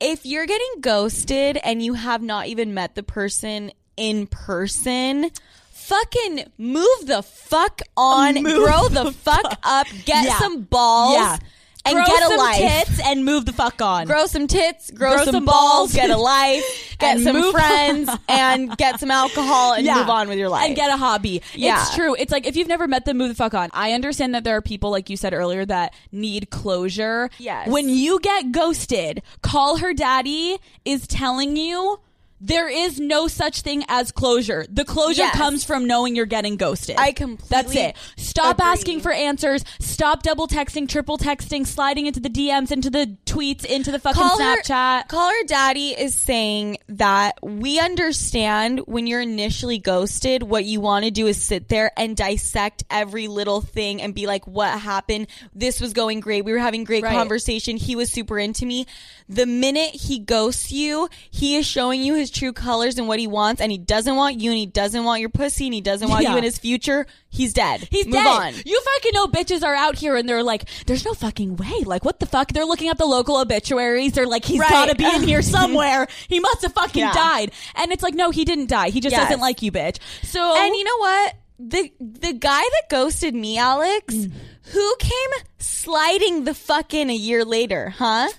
Speaker 2: If you're getting ghosted and you have not even met the person in person, fucking move the fuck on,
Speaker 3: Move
Speaker 2: grow the, fuck, up, get
Speaker 3: Yeah.
Speaker 2: some balls,
Speaker 3: Yeah.
Speaker 2: and
Speaker 3: Grow
Speaker 2: get a
Speaker 3: some
Speaker 2: life.
Speaker 3: tits and move the fuck on.
Speaker 2: Grow some tits, grow,
Speaker 3: Grow
Speaker 2: some,
Speaker 3: some balls.
Speaker 2: balls, get a life, get
Speaker 3: And
Speaker 2: some
Speaker 3: move-
Speaker 2: friends, and get some alcohol and
Speaker 3: Yeah.
Speaker 2: move on with your life.
Speaker 3: and get a hobby.
Speaker 2: Yeah.
Speaker 3: It's true. It's like if you've never met them, move the fuck on. I understand that there are people, like you said earlier, that need closure.
Speaker 2: Yes.
Speaker 3: When you get ghosted, call her daddy is telling you there is no such thing as closure. The closure
Speaker 2: Yes.
Speaker 3: comes from knowing you're getting ghosted.
Speaker 2: I completely
Speaker 3: That's it. Stop
Speaker 2: agree.
Speaker 3: asking for answers. Stop double texting, triple texting, sliding into the DMs, into the tweets, into the fucking Snapchat.
Speaker 2: Her, call her daddy is saying that we understand when you're initially ghosted, what you want to do is sit there and dissect every little thing and be like, what happened? This was going great. We were having great
Speaker 3: Right.
Speaker 2: conversation. He was super into me. The minute he ghosts you, he is showing you his true colors and what he wants. And he doesn't want you and he doesn't want your pussy and he doesn't want
Speaker 3: Yeah.
Speaker 2: you in his future. He's dead.
Speaker 3: He's
Speaker 2: Move
Speaker 3: dead.
Speaker 2: on.
Speaker 3: You fucking know bitches are out here and they're like, there's no fucking way. Like, what the fuck? They're looking up the local obituaries. They're like, he's
Speaker 2: Right.
Speaker 3: gotta be in here somewhere. he must have fucking
Speaker 2: Yeah.
Speaker 3: died. And it's like, no, he didn't die. He just
Speaker 2: Yes.
Speaker 3: doesn't like you, bitch. So
Speaker 2: And you know what? The the guy that ghosted me, Alex,
Speaker 3: Mm.
Speaker 2: who came sliding the fuck in a year later, huh?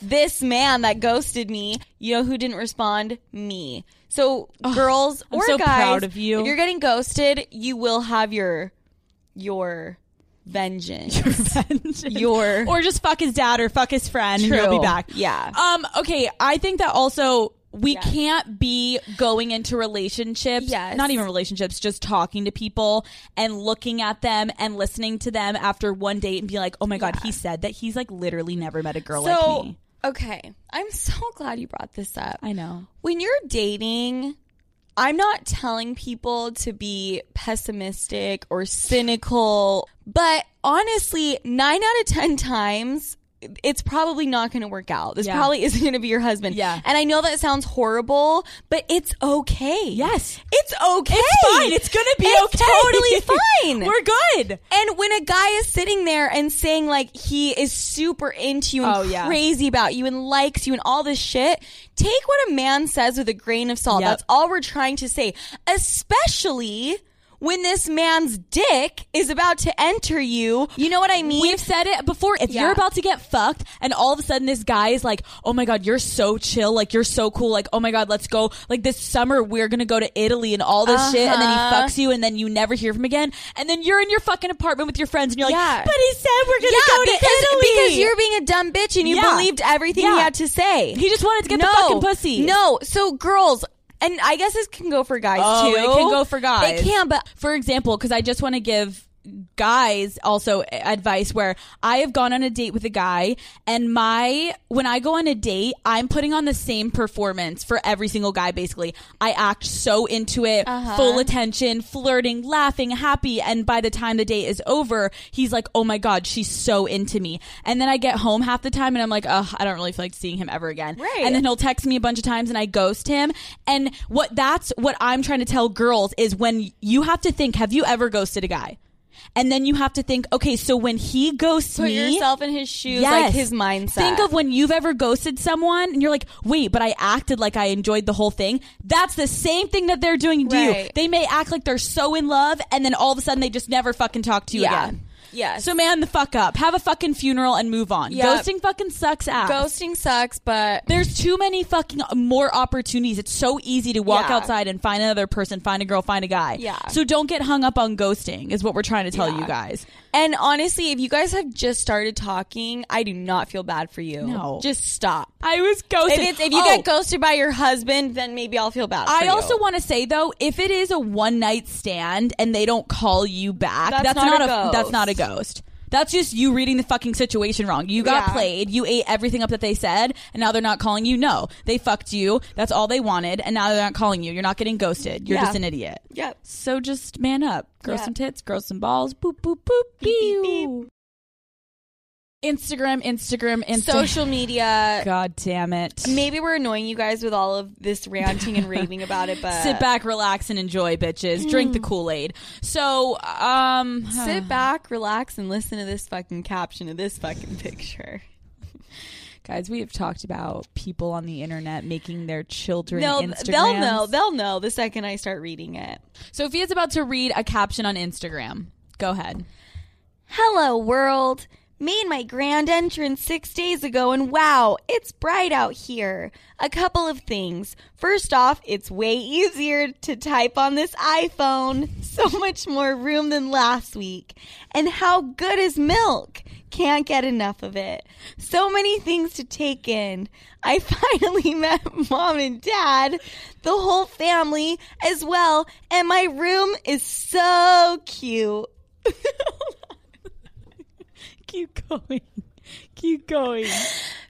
Speaker 2: This man that ghosted me, you know who didn't respond? Me. So girls
Speaker 3: I'm
Speaker 2: or
Speaker 3: so
Speaker 2: guys,
Speaker 3: proud of you.
Speaker 2: if you're getting ghosted, you will have your your vengeance.
Speaker 3: Revenge.
Speaker 2: Your-
Speaker 3: or just fuck his dad or fuck his friend and he'll
Speaker 2: True.
Speaker 3: be back.
Speaker 2: Yeah.
Speaker 3: Um. Okay. I think that also we
Speaker 2: Yes.
Speaker 3: can't be going into relationships.
Speaker 2: Yes.
Speaker 3: Not even relationships. Just talking to people and looking at them and listening to them after one date and be like, oh my god, he said that he's like literally never met a girl
Speaker 2: so
Speaker 3: like me.
Speaker 2: okay, I'm so glad you brought this up.
Speaker 3: I know.
Speaker 2: when you're dating, I'm not telling people to be pessimistic or cynical, but honestly, nine out of 10 times, it's probably not going to work out. This
Speaker 3: Yeah.
Speaker 2: probably isn't going to be your husband.
Speaker 3: Yeah.
Speaker 2: And I know that sounds horrible, but it's okay.
Speaker 3: Yes.
Speaker 2: It's okay.
Speaker 3: It's fine. It's gonna be
Speaker 2: It's
Speaker 3: okay.
Speaker 2: totally fine.
Speaker 3: We're good.
Speaker 2: And when a guy is sitting there and saying like he is super into you and
Speaker 3: Oh, yeah.
Speaker 2: crazy about you and likes you and all this shit, take what a man says with a grain of salt.
Speaker 3: Yep.
Speaker 2: That's all we're trying to say. Especially when this man's dick is about to enter you. You know what I mean?
Speaker 3: We've said it before. If
Speaker 2: Yeah.
Speaker 3: you're about to get fucked and all of a sudden this guy is like, oh my God, you're so chill. Like, you're so cool. Like, oh my God, let's go. Like, this summer we're going to go to Italy and all this shit. And then he
Speaker 2: Uh-huh.
Speaker 3: fucks you and then you never hear from him again. And then you're in your fucking apartment with your friends and you're like,
Speaker 2: Yeah.
Speaker 3: but he said we're going to
Speaker 2: yeah,
Speaker 3: go to
Speaker 2: because,
Speaker 3: Italy.
Speaker 2: because you're being a dumb bitch and you
Speaker 3: Yeah.
Speaker 2: believed everything
Speaker 3: Yeah.
Speaker 2: he had to say.
Speaker 3: He just wanted to get the fucking pussy.
Speaker 2: No, so girls, and I guess this can go for guys
Speaker 3: Oh,
Speaker 2: too.
Speaker 3: it can go for guys.
Speaker 2: It can, but
Speaker 3: for example, because I just want to give guys also advice where I have gone on a date with a guy and my when I go on a date I'm putting on the same performance for every single guy basically I act so into it full attention flirting laughing happy and by the time the date is over he's like oh my god she's so into me and then I get home half the time and I'm like oh I don't really feel like seeing him ever again
Speaker 2: Right.
Speaker 3: and then he'll text me a bunch of times and I ghost him. And what that's what I'm trying to tell girls is when you have to think, have you ever ghosted a guy? And then you have to think, okay, so when he ghosts
Speaker 2: put
Speaker 3: me,
Speaker 2: yourself in his shoes, like his mindset.
Speaker 3: Think of when you've ever ghosted someone and you're like, wait, but I acted like I enjoyed the whole thing. That's the same thing that they're doing to you.
Speaker 2: Right.
Speaker 3: They may act like they're so in love and then all of a sudden they just never fucking talk to you
Speaker 2: yeah,
Speaker 3: again.
Speaker 2: yeah.
Speaker 3: So man the fuck up. Have a fucking funeral and move on.
Speaker 2: Yeah.
Speaker 3: Ghosting fucking sucks ass.
Speaker 2: ghosting sucks, but
Speaker 3: There's too many fucking uh, more opportunities. It's so easy to walk
Speaker 2: Yeah.
Speaker 3: outside and find another person, find a girl, find a guy.
Speaker 2: Yeah.
Speaker 3: So don't get hung up on ghosting, is what we're trying to tell
Speaker 2: Yeah.
Speaker 3: you guys.
Speaker 2: And honestly, if you guys have just started talking, I do not feel bad for you.
Speaker 3: No.
Speaker 2: Just stop.
Speaker 3: I was ghosted.
Speaker 2: If, it's, if you
Speaker 3: Oh,
Speaker 2: get ghosted by your husband, then maybe I'll feel bad. for
Speaker 3: I
Speaker 2: you.
Speaker 3: also want to say though, if it is a one night stand and they don't call you back, that's, not, a,
Speaker 2: ghost.
Speaker 3: that's not a ghost. That's just you reading the fucking situation wrong. You got
Speaker 2: Yeah.
Speaker 3: played. You ate everything up that they said, and now they're not calling you. No, they fucked you. That's all they wanted, and now they're not calling you. You're not getting ghosted. You're
Speaker 2: Yeah.
Speaker 3: just an idiot.
Speaker 2: Yep.
Speaker 3: So just man up. Grow
Speaker 2: Yeah.
Speaker 3: some tits, grow some balls. Boop boop boop.
Speaker 2: Beep, beep,
Speaker 3: pew. Instagram, Instagram, Instagram.
Speaker 2: Social media.
Speaker 3: God damn it.
Speaker 2: Maybe we're annoying you guys with all of this ranting and raving about it, but Mm.
Speaker 3: Sit back, relax, and enjoy, bitches. Drink the Kool Aid. So, um,
Speaker 2: sit back, relax, and listen to this fucking caption of this fucking picture.
Speaker 3: guys, we have talked about people on the internet making their children
Speaker 2: They'll,
Speaker 3: Instagrams.
Speaker 2: they'll know. They'll know the second I start reading it.
Speaker 3: Sophia's about to read a caption on Instagram. Go ahead.
Speaker 2: Hello, world. Made my grand entrance six days ago, and wow, it's bright out here. A couple of things. First off, it's way easier to type on this iPhone. So much more room than last week. And how good is milk? Can't get enough of it. So many things to take in. I finally met mom and dad, the whole family as well, and my room is so cute.
Speaker 3: Keep going. Keep going.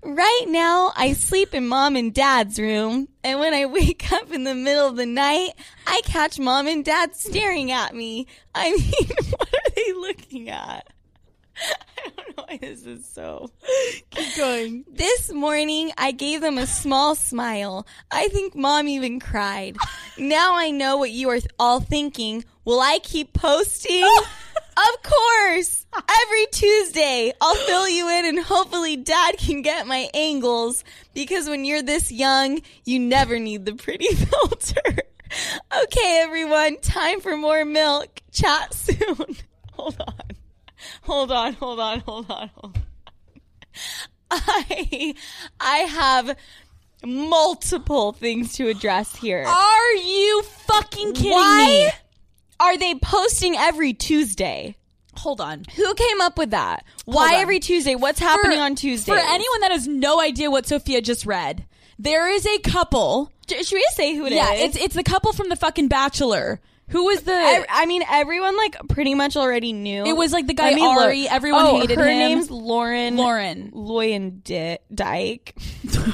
Speaker 2: Right now, I sleep in mom and dad's room, and when I wake up in the middle of the night, I catch mom and dad staring at me. I mean, what are they looking at? I don't know why this is so.
Speaker 3: Keep going.
Speaker 2: This morning, I gave them a small smile. I think mom even cried. Now I know what you are all thinking. Will I keep posting? of course! Every Tuesday, I'll fill you in and hopefully dad can get my angles because when you're this young, you never need the pretty filter. okay, everyone, time for more milk. Chat soon. hold on. Hold on, hold on, hold on, hold on. I I have multiple things to address here.
Speaker 3: Are you fucking kidding
Speaker 2: Why
Speaker 3: me?
Speaker 2: are they posting every Tuesday?
Speaker 3: Hold on.
Speaker 2: Who came up with that? Why
Speaker 3: on.
Speaker 2: every Tuesday? What's happening on Tuesday?
Speaker 3: For anyone that has no idea what Sophia just read, there is a couple.
Speaker 2: should we say who it is?
Speaker 3: yeah, it's it's the couple from the fucking Bachelor. Who was the?
Speaker 2: I, I mean, everyone like pretty much already knew.
Speaker 3: It was, like, the guy
Speaker 2: Let me look.
Speaker 3: Ari, everyone
Speaker 2: oh,
Speaker 3: hated
Speaker 2: her
Speaker 3: him.
Speaker 2: name's Lauren.
Speaker 3: Lauren.
Speaker 2: Loyan Di- Dyke.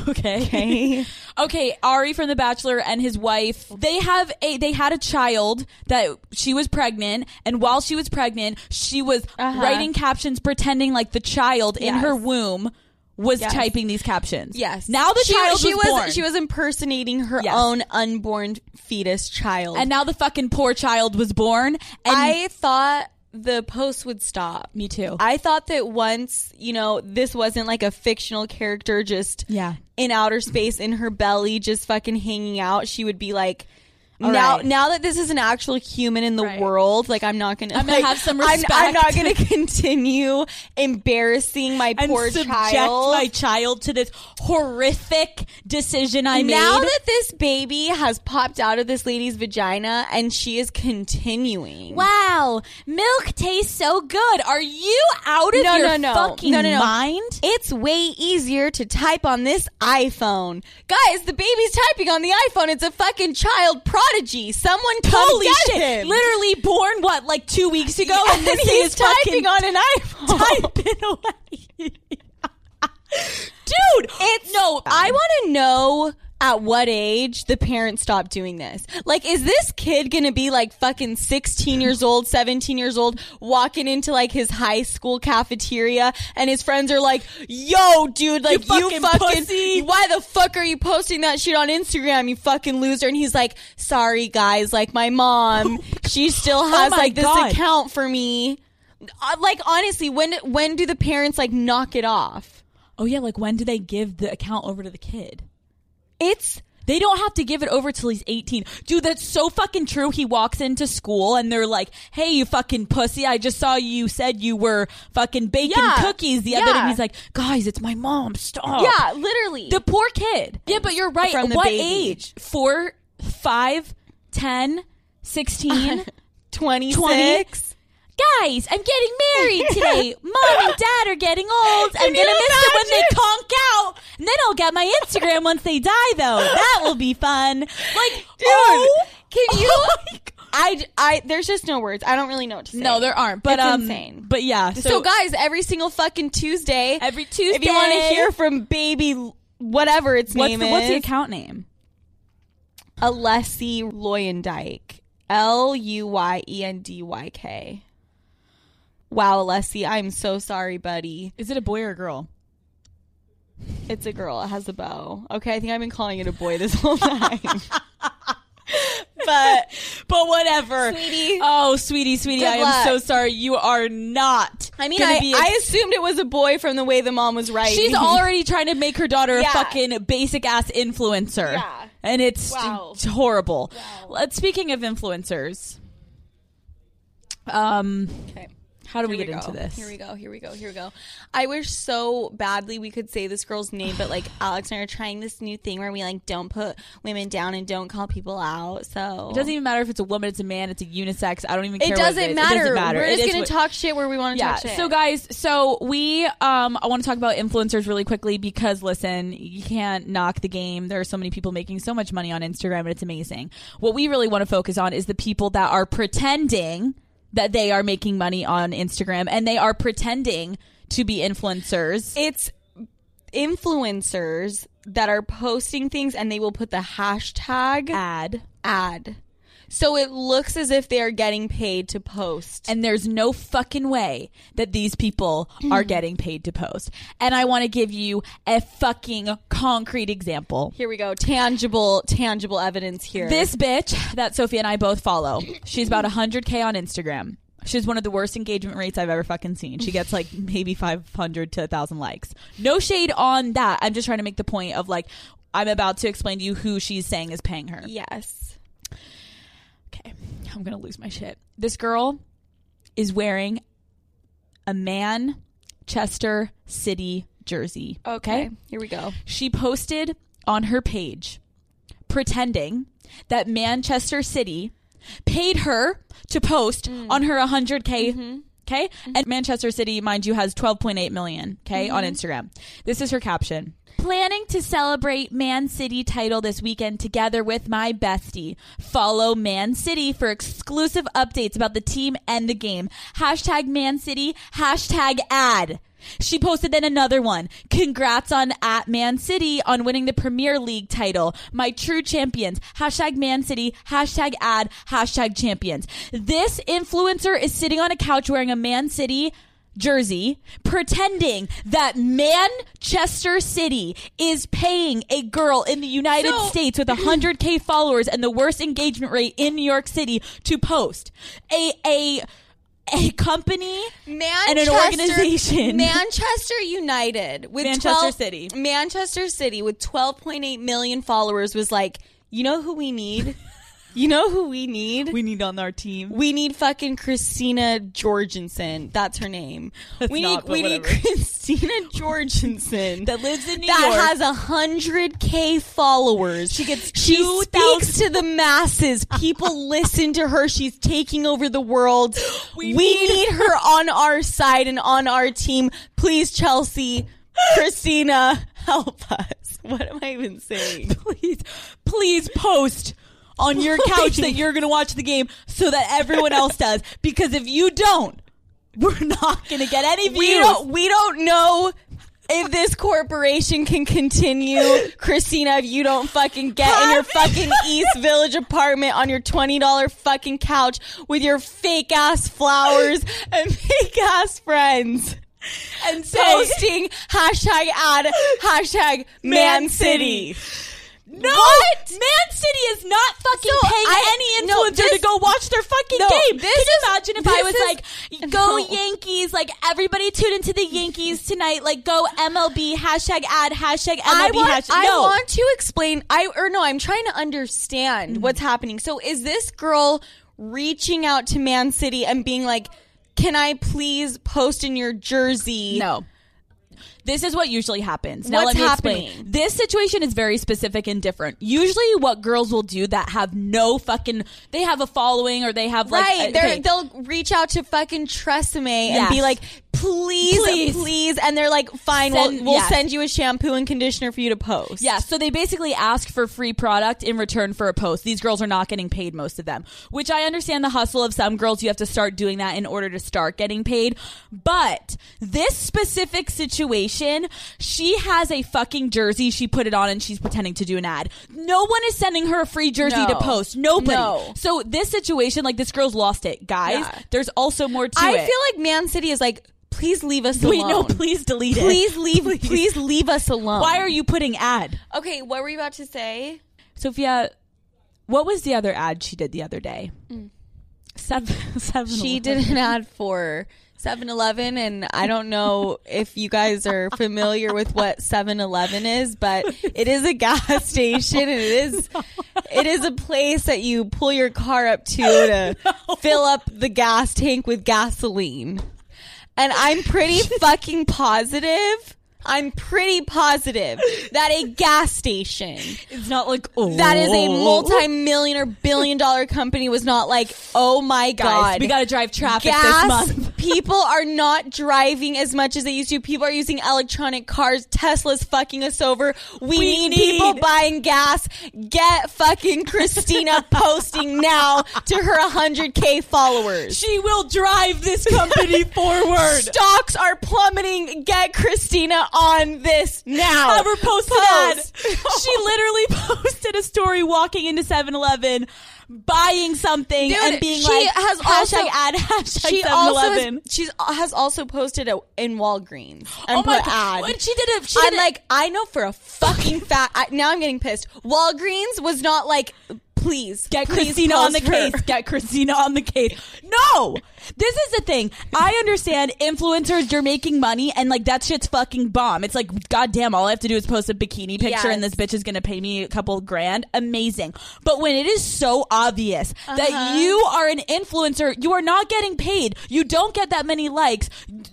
Speaker 3: okay.
Speaker 2: Okay.
Speaker 3: Okay, Ari from The Bachelor and his wife, they have a they had a child that she was pregnant and while she was pregnant, she was
Speaker 2: Uh-huh.
Speaker 3: writing captions pretending like the child in
Speaker 2: Yes.
Speaker 3: her womb was
Speaker 2: Yes.
Speaker 3: typing these captions.
Speaker 2: Yes.
Speaker 3: Now the
Speaker 2: she,
Speaker 3: child
Speaker 2: she
Speaker 3: was, born.
Speaker 2: she was impersonating her
Speaker 3: Yes.
Speaker 2: own unborn fetus child.
Speaker 3: and now the fucking poor child was born and
Speaker 2: I thought the post would stop.
Speaker 3: me too.
Speaker 2: I thought that once, you know, this wasn't like a fictional character just
Speaker 3: yeah.
Speaker 2: in outer space in her belly just fucking hanging out, she would be like now,
Speaker 3: right.
Speaker 2: now that this is an actual human in the
Speaker 3: Right.
Speaker 2: world, like I'm not gonna,
Speaker 3: I'm gonna
Speaker 2: like,
Speaker 3: have some
Speaker 2: I'm- I'm,
Speaker 3: respect.
Speaker 2: not gonna continue embarrassing my
Speaker 3: And
Speaker 2: poor
Speaker 3: subject
Speaker 2: child.
Speaker 3: my child to this horrific decision I
Speaker 2: now
Speaker 3: made.
Speaker 2: that this baby has popped out of this lady's vagina and she is continuing,
Speaker 3: Wow, milk tastes so good. Are you out of
Speaker 2: No,
Speaker 3: your
Speaker 2: no, no.
Speaker 3: fucking
Speaker 2: No, no, no.
Speaker 3: mind?
Speaker 2: It's way easier to type on this iPhone. Guys, the baby's typing on the iPhone. It's a fucking child prodigy. Someone come
Speaker 3: Holy
Speaker 2: get
Speaker 3: shit!
Speaker 2: him.
Speaker 3: Literally born what like two weeks ago, and this
Speaker 2: and
Speaker 3: thing
Speaker 2: he's
Speaker 3: is fucking
Speaker 2: typing on an iPhone.
Speaker 3: typing away. Dude,
Speaker 2: It's
Speaker 3: no.
Speaker 2: I
Speaker 3: I
Speaker 2: want to know at what age the parents stop doing this. Like, is this kid gonna be like fucking 16 years old, 17 years old, walking into like his high school cafeteria and his friends are like, yo, dude, like you,
Speaker 3: fucking
Speaker 2: fucking,
Speaker 3: pussy."
Speaker 2: why the fuck are you posting that shit on Instagram, you fucking loser? And he's like, sorry guys, like my mom, she still has
Speaker 3: Oh my
Speaker 2: like this
Speaker 3: God.
Speaker 2: account for me. Uh, Like honestly, when when do the parents like knock it off?
Speaker 3: Oh yeah, like when do they give the account over to the kid?
Speaker 2: It's
Speaker 3: They don't have to give it over till he's 18. Dude, that's so fucking true. He walks into school and they're like, hey, you fucking pussy. I just saw you said you were fucking baking
Speaker 2: Yeah.
Speaker 3: cookies the other day.
Speaker 2: Yeah.
Speaker 3: And he's like, guys, it's my mom. Stop.
Speaker 2: Yeah, literally.
Speaker 3: The poor kid. Yeah, but you're right.
Speaker 2: From the
Speaker 3: what
Speaker 2: baby.
Speaker 3: age? Four, five, ten, sixteen,
Speaker 2: 26.
Speaker 3: twenty. guys, I'm getting married today. Mom and dad are getting old.
Speaker 2: you
Speaker 3: I'm going to miss them when they
Speaker 2: imagine?
Speaker 3: conk out. And then I'll get my Instagram once they die, though. That will be fun. Like,
Speaker 2: Dude,
Speaker 3: oh,
Speaker 2: can you-
Speaker 3: oh my God.
Speaker 2: I, I, there's just no words. I don't really know what to say.
Speaker 3: no, there aren't. But
Speaker 2: It's
Speaker 3: um,
Speaker 2: insane.
Speaker 3: But yeah,
Speaker 2: So, guys, every single fucking Tuesday,
Speaker 3: every Tuesday,
Speaker 2: if you want to hear from baby, whatever its
Speaker 3: what's
Speaker 2: name
Speaker 3: the,
Speaker 2: is,
Speaker 3: what's the account name?
Speaker 2: Alessi Loyendyke. L U Y E N D Y K. Wow, Alessi, I'm so sorry, buddy.
Speaker 3: Is it a boy or a girl?
Speaker 2: It's a girl. It has a bow. Okay, I think I've been calling it a boy this whole time. but
Speaker 3: But whatever,
Speaker 2: Sweetie.
Speaker 3: Oh, sweetie, sweetie,
Speaker 2: Good
Speaker 3: I
Speaker 2: luck.
Speaker 3: am so sorry. You are not.
Speaker 2: I mean,
Speaker 3: gonna
Speaker 2: I,
Speaker 3: be a-
Speaker 2: I assumed it was a boy from the way the mom was writing.
Speaker 3: She's already trying to make her daughter
Speaker 2: Yeah.
Speaker 3: a fucking basic ass influencer.
Speaker 2: Yeah.
Speaker 3: And it's
Speaker 2: Wow.
Speaker 3: it's horrible. Let's speaking of influencers. Um
Speaker 2: Okay.
Speaker 3: how do we
Speaker 2: Here
Speaker 3: get into
Speaker 2: go.
Speaker 3: this?
Speaker 2: Here we go. Here we go. Here we go. I wish so badly we could say this girl's name, but like Alex and I are trying this new thing where we like don't put women down and don't call people out. So
Speaker 3: It doesn't even matter if it's a woman, it's a man, it's a unisex. I don't even care.
Speaker 2: It
Speaker 3: what
Speaker 2: doesn't,
Speaker 3: it, is.
Speaker 2: matter.
Speaker 3: It doesn't matter.
Speaker 2: We're
Speaker 3: It
Speaker 2: just
Speaker 3: is
Speaker 2: gonna
Speaker 3: what-
Speaker 2: talk shit where we want to
Speaker 3: yeah.
Speaker 2: talk shit.
Speaker 3: So guys, so we um I want to talk about influencers really quickly because listen, you can't knock the game. There are so many people making so much money on Instagram and it's amazing. What we really want to focus on is the people that are pretending that they are making money on Instagram and they are pretending to be influencers.
Speaker 2: it's influencers that are posting things and they will put the hashtag
Speaker 3: Ad.
Speaker 2: ad. So it looks as if they are getting paid to post.
Speaker 3: And there's no fucking way that these people are getting paid to post. And I want to give you a fucking concrete example.
Speaker 2: here we go. Tangible, tangible evidence here.
Speaker 3: This bitch that Sophie and I both follow, she's about 100K on Instagram. She's one of the worst engagement rates I've ever fucking seen. She gets like maybe 500 to 1,000 likes. No shade on that. I'm just trying to make the point of like, I'm about to explain to you who she's saying is paying her.
Speaker 2: yes.
Speaker 3: Okay, I'm gonna lose my shit. This girl is wearing a Manchester City jersey.
Speaker 2: Okay. Here we go.
Speaker 3: She posted on her page pretending that Manchester City paid her to post on her 100K. Okay. And Manchester City, mind you, has 12.8 million. Okay. On Instagram. This is her caption. Planning to celebrate Man City title this weekend together with my bestie. Follow Man City for exclusive updates about the team and the game. Hashtag Man City, hashtag ad. She posted then another one. Congrats on at Man City on winning the Premier League title. My true champions. Hashtag Man City. Hashtag ad. Hashtag champions. This influencer is sitting on a couch wearing a Man City jersey, pretending that Manchester City is paying a girl in the United
Speaker 2: So-
Speaker 3: States with 100k followers and the worst engagement rate in New York City to post a a a company
Speaker 2: Manchester,
Speaker 3: organization.
Speaker 2: Manchester United with
Speaker 3: Manchester
Speaker 2: 12
Speaker 3: City.
Speaker 2: Manchester City with 12.8 million followers was like, you know who we need? you know who we need? We,
Speaker 3: we need on our team.
Speaker 2: need fucking Christina Georgensen. That's her name. we
Speaker 3: not,
Speaker 2: need we
Speaker 3: but
Speaker 2: need
Speaker 3: whatever.
Speaker 2: Christina Georgensen
Speaker 3: that lives in New
Speaker 2: that
Speaker 3: York.
Speaker 2: has a hundred k followers. She
Speaker 3: gets
Speaker 2: she
Speaker 3: 2,000
Speaker 2: speaks to the masses. People listen to her. She's taking over the world. We,
Speaker 3: We
Speaker 2: need,
Speaker 3: need
Speaker 2: her on our side and on our team. Please, Chelsea, Christina, help us. What am I even saying?
Speaker 3: please, please post on your couch that
Speaker 2: Please.
Speaker 3: you're going to watch the game so that everyone else does. Because if you don't, we're not going to get any views.
Speaker 2: We don't. We don't know. If this corporation can continue, Christina, if you don't fucking get in your fucking East Village apartment on your $20 fucking couch with your fake ass flowers and fake ass friends
Speaker 3: and so
Speaker 2: posting hashtag ad hashtag Man
Speaker 3: Man
Speaker 2: City.
Speaker 3: City. no, what? Man City is not fucking
Speaker 2: So,
Speaker 3: paying
Speaker 2: I-
Speaker 3: any influencer
Speaker 2: no, this-
Speaker 3: to go watch their fucking
Speaker 2: No,
Speaker 3: game.
Speaker 2: this
Speaker 3: Can you
Speaker 2: is-
Speaker 3: imagine if
Speaker 2: this
Speaker 3: I was
Speaker 2: is-
Speaker 3: like,
Speaker 2: No.
Speaker 3: "Go Yankees!" Like everybody tune into the Yankees tonight. Like go MLB hashtag ad hashtag MLB
Speaker 2: I want,
Speaker 3: hashtag.
Speaker 2: I
Speaker 3: no.
Speaker 2: want to explain. I or no, I'm trying to
Speaker 3: Mm-hmm.
Speaker 2: understand what's happening. So is this girl reaching out to Man City and being like, "Can I please post in your jersey?"
Speaker 3: No. This is what usually happens. Now
Speaker 2: What's
Speaker 3: let me explain.
Speaker 2: happening?
Speaker 3: This situation is very specific and different. Usually, what girls will do that have no fucking, they have a following or they have like,
Speaker 2: right.
Speaker 3: a-
Speaker 2: they're,
Speaker 3: okay.
Speaker 2: They'll reach out to fucking Tresemme
Speaker 3: Yes.
Speaker 2: and be like, please,
Speaker 3: Please.
Speaker 2: please, And they're like, fine,
Speaker 3: Send-
Speaker 2: we'll, we'll
Speaker 3: yes.
Speaker 2: send you a shampoo and conditioner for you to post.
Speaker 3: Yeah, so they basically ask for free product in return for a post. These girls are not getting paid, most of them, which I understand the hustle of some girls. You have to start doing that in order to start getting paid. But this specific situation, she has a fucking jersey. She put it on and she's pretending to do an ad. No one is sending her a free jersey
Speaker 2: No.
Speaker 3: to post. Nobody.
Speaker 2: No.
Speaker 3: So this situation, like this girl's lost it, guys.
Speaker 2: Yeah.
Speaker 3: There's also more to
Speaker 2: I
Speaker 3: it.
Speaker 2: feel like Man City is like, please leave us
Speaker 3: Wait,
Speaker 2: alone.
Speaker 3: no, please delete it.
Speaker 2: Please leave, please. leave us alone.
Speaker 3: Why are you putting ad?
Speaker 2: Okay, what were you about to say?
Speaker 3: Sophia, what was the other ad she did the other day? Seven, seven.
Speaker 2: She
Speaker 3: Eleven.
Speaker 2: did an ad for 7 Eleven, and I don't know if you guys are familiar with what 7 Eleven is, but it is a gas station and it is it is a place that you pull your car up to to fill up the gas tank with gasoline. And I'm pretty fucking positive. I'm pretty positive that a gas station
Speaker 3: It's not like oh,
Speaker 2: that is a multi-millionaire billion dollar company was not like oh my
Speaker 3: Guys,
Speaker 2: god
Speaker 3: we got to drive traffic this
Speaker 2: gas
Speaker 3: month.
Speaker 2: people are not driving as much as they used to people are using electronic cars tesla's fucking us over we, need, people
Speaker 3: need-
Speaker 2: buying gas get fucking christina posting now to her 100k followers
Speaker 3: She will drive this company forward.
Speaker 2: stocks are plummeting get christina on this now
Speaker 3: Have her post an ad.
Speaker 2: Post.
Speaker 3: She literally posted a story walking into 7-Eleven, buying something
Speaker 2: Dude,
Speaker 3: and being
Speaker 2: she
Speaker 3: like,
Speaker 2: has
Speaker 3: hashtag
Speaker 2: also-
Speaker 3: ad, hashtag
Speaker 2: she
Speaker 3: 7-Eleven.
Speaker 2: also has, she's, has also posted a, in Walgreens and
Speaker 3: oh my
Speaker 2: put
Speaker 3: god!
Speaker 2: ad.
Speaker 3: When she did it, she
Speaker 2: I'm
Speaker 3: did it-
Speaker 2: like, I know for a fucking fact. I, now I'm getting pissed. Walgreens was not like, please
Speaker 3: Get
Speaker 2: please
Speaker 3: Christina on the
Speaker 2: post her.
Speaker 3: case. Get Christina on the case. No, this is the thing. I understand influencers. You're making money, and like that shit's fucking bomb. It's like, goddamn, all I have to do is post a bikini picture,
Speaker 2: Yes.
Speaker 3: and this bitch is gonna pay me a couple grand. Amazing. But when it is so obvious
Speaker 2: Uh-huh.
Speaker 3: that you are an influencer, you are not getting paid. You don't get that many likes.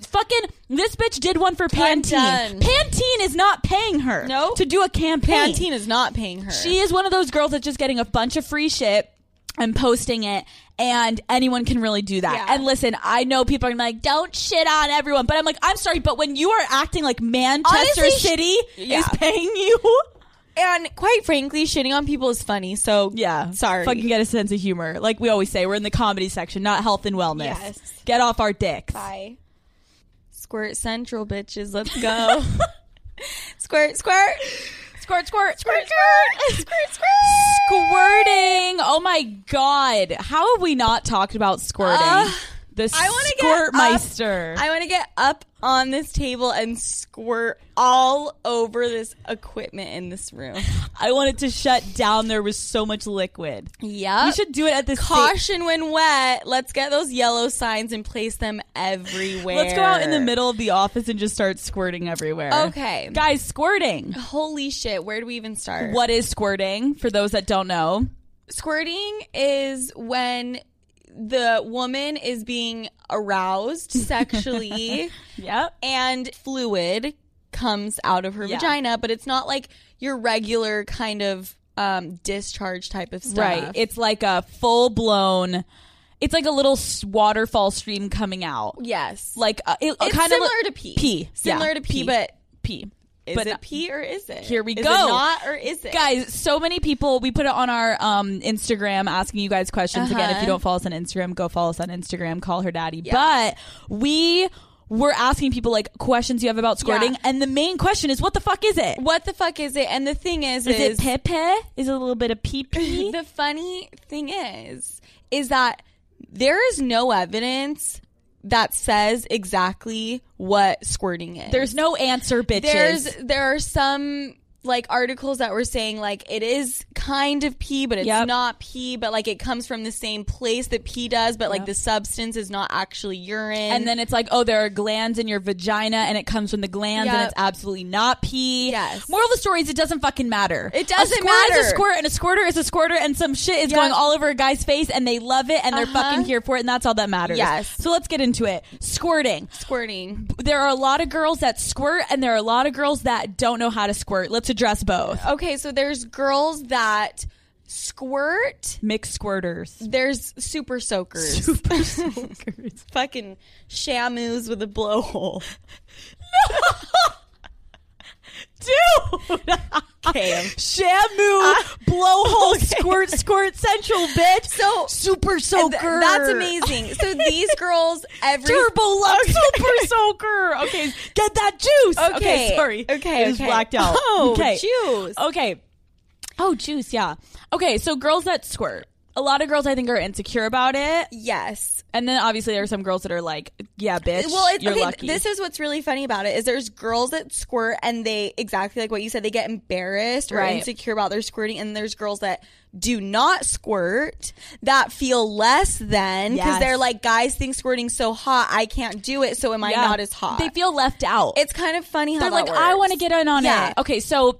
Speaker 3: Fucking, this bitch did one for
Speaker 2: I'm
Speaker 3: Pantene.
Speaker 2: done.
Speaker 3: Pantene is not paying her.
Speaker 2: No.
Speaker 3: to do a campaign.
Speaker 2: Pantene is not paying her.
Speaker 3: She is one of those girls that's just getting a bunch of free shit and posting it, and anyone can really do that.
Speaker 2: Yeah.
Speaker 3: And listen, I know people are gonna be like, don't shit on everyone, but I'm like, I'm sorry, but when you are acting like Manchester
Speaker 2: Honestly, sh-
Speaker 3: City is
Speaker 2: Yeah.
Speaker 3: paying you,
Speaker 2: and quite frankly, shitting on people is funny. So
Speaker 3: yeah,
Speaker 2: sorry.
Speaker 3: fucking get a sense of humor. Like we always say, we're in the comedy section, not health and wellness.
Speaker 2: Yes.
Speaker 3: Get off our dicks.
Speaker 2: Bye. Squirt Central, bitches. Let's go. squirt, squirt,
Speaker 3: Squirt, squirt,
Speaker 2: squirt, squirt, squirt, squirt.
Speaker 3: squirting. Oh my god, how have we not talked about squirting?
Speaker 2: Uh,
Speaker 3: the
Speaker 2: I wanna get up.
Speaker 3: squirtmeister.
Speaker 2: I want to get up on this table and squirt all over this equipment in this room.
Speaker 3: I wanted to shut down. There was so much liquid.
Speaker 2: Yeah.
Speaker 3: You should do it at this
Speaker 2: Uh, caution when wet. Let's get those yellow signs and place them everywhere.
Speaker 3: Let's go out in the middle of the office and just start squirting everywhere.
Speaker 2: Okay.
Speaker 3: Guys, squirting.
Speaker 2: Holy shit, where do we even start?
Speaker 3: What is squirting? For those that don't know,
Speaker 2: Squirting is when the woman is being aroused sexually
Speaker 3: yep.
Speaker 2: and fluid comes out of her
Speaker 3: Yeah.
Speaker 2: vagina, but it's not like your regular kind of um, discharge type of stuff.
Speaker 3: Right. It's like a full blown. It's like a little s- waterfall stream coming out.
Speaker 2: yes.
Speaker 3: Like uh, it,
Speaker 2: it's
Speaker 3: kind
Speaker 2: similar
Speaker 3: of
Speaker 2: to pee.
Speaker 3: pee.
Speaker 2: Similar
Speaker 3: Yeah,
Speaker 2: to pee,
Speaker 3: pee.
Speaker 2: but
Speaker 3: pee.
Speaker 2: is
Speaker 3: But
Speaker 2: it
Speaker 3: not-
Speaker 2: pee or is it?
Speaker 3: Here we
Speaker 2: Is it
Speaker 3: go.
Speaker 2: not or is it?
Speaker 3: Guys, so many people. We put it on our um, Instagram asking you guys questions. Again, if you
Speaker 2: Uh-huh.
Speaker 3: don't follow us on Instagram, go follow us on Instagram. Call her daddy.
Speaker 2: Yeah.
Speaker 3: But we were asking people like questions you have about squirting,
Speaker 2: Yeah.
Speaker 3: and the main question is, what the fuck is it?
Speaker 2: what the fuck is it? And the thing is,
Speaker 3: Is
Speaker 2: is,
Speaker 3: it pepe? Is it a little bit of pee pee?
Speaker 2: the funny thing is, is that there is no evidence that says exactly what squirting is.
Speaker 3: There's no answer, bitches.
Speaker 2: there's there are some like articles that were saying like it is kind of pee but it's
Speaker 3: Yep.
Speaker 2: not pee but like it comes from the same place that pee does but like
Speaker 3: Yep.
Speaker 2: the substance is not actually urine
Speaker 3: And then it's like, oh, there are glands in your vagina, and it comes from the glands, and
Speaker 2: Yep.
Speaker 3: it's absolutely not pee.
Speaker 2: Yes.
Speaker 3: Moral of the story is, it doesn't fucking matter.
Speaker 2: It doesn't
Speaker 3: a squirt Is
Speaker 2: matter.
Speaker 3: a squirt, and a squirter is a squirter, and some shit is
Speaker 2: Yeah.
Speaker 3: going all over a guy's face, and they love it, and they're
Speaker 2: Uh-huh.
Speaker 3: fucking here for it, and that's all that matters.
Speaker 2: Yes.
Speaker 3: So let's get into it. Squirting.
Speaker 2: squirting
Speaker 3: There are a lot of girls that squirt, and there are a lot of girls that don't know how to squirt. Let's address both.
Speaker 2: okay so there's girls that squirt
Speaker 3: Mixed squirters.
Speaker 2: there's super soakers
Speaker 3: Super smokers.
Speaker 2: fucking shamus with a blowhole
Speaker 3: Dude!
Speaker 2: okay
Speaker 3: Shamu,
Speaker 2: Uh,
Speaker 3: blowhole, squirt, squirt, central, bitch.
Speaker 2: So-
Speaker 3: super
Speaker 2: And
Speaker 3: soaker.
Speaker 2: th- that's amazing so these girls every
Speaker 3: Turbo love super soaker. Okay, get that juice. Okay,
Speaker 2: Okay,
Speaker 3: sorry.
Speaker 2: okay,
Speaker 3: it was
Speaker 2: okay.
Speaker 3: blacked out.
Speaker 2: Oh,
Speaker 3: okay,
Speaker 2: juice.
Speaker 3: Okay. Oh, juice. Yeah. Okay, so girls that squirt. A lot of girls, I think, are insecure about it,
Speaker 2: yes
Speaker 3: and then obviously there are some girls that are like, "Yeah, bitch,
Speaker 2: well it's
Speaker 3: you're
Speaker 2: okay
Speaker 3: lucky."
Speaker 2: this is what's really funny about it is there's girls that squirt and they exactly like what you said they get embarrassed or
Speaker 3: Right.
Speaker 2: insecure about their squirting and there's girls that do not squirt that feel less than because
Speaker 3: Yes.
Speaker 2: they're like guys think squirting's so hot i can't do it so am i
Speaker 3: Yeah.
Speaker 2: not as hot
Speaker 3: They feel left out.
Speaker 2: it's kind of funny how
Speaker 3: They're
Speaker 2: that
Speaker 3: like, I
Speaker 2: works.
Speaker 3: want to get in on
Speaker 2: Yeah.
Speaker 3: it. Okay, so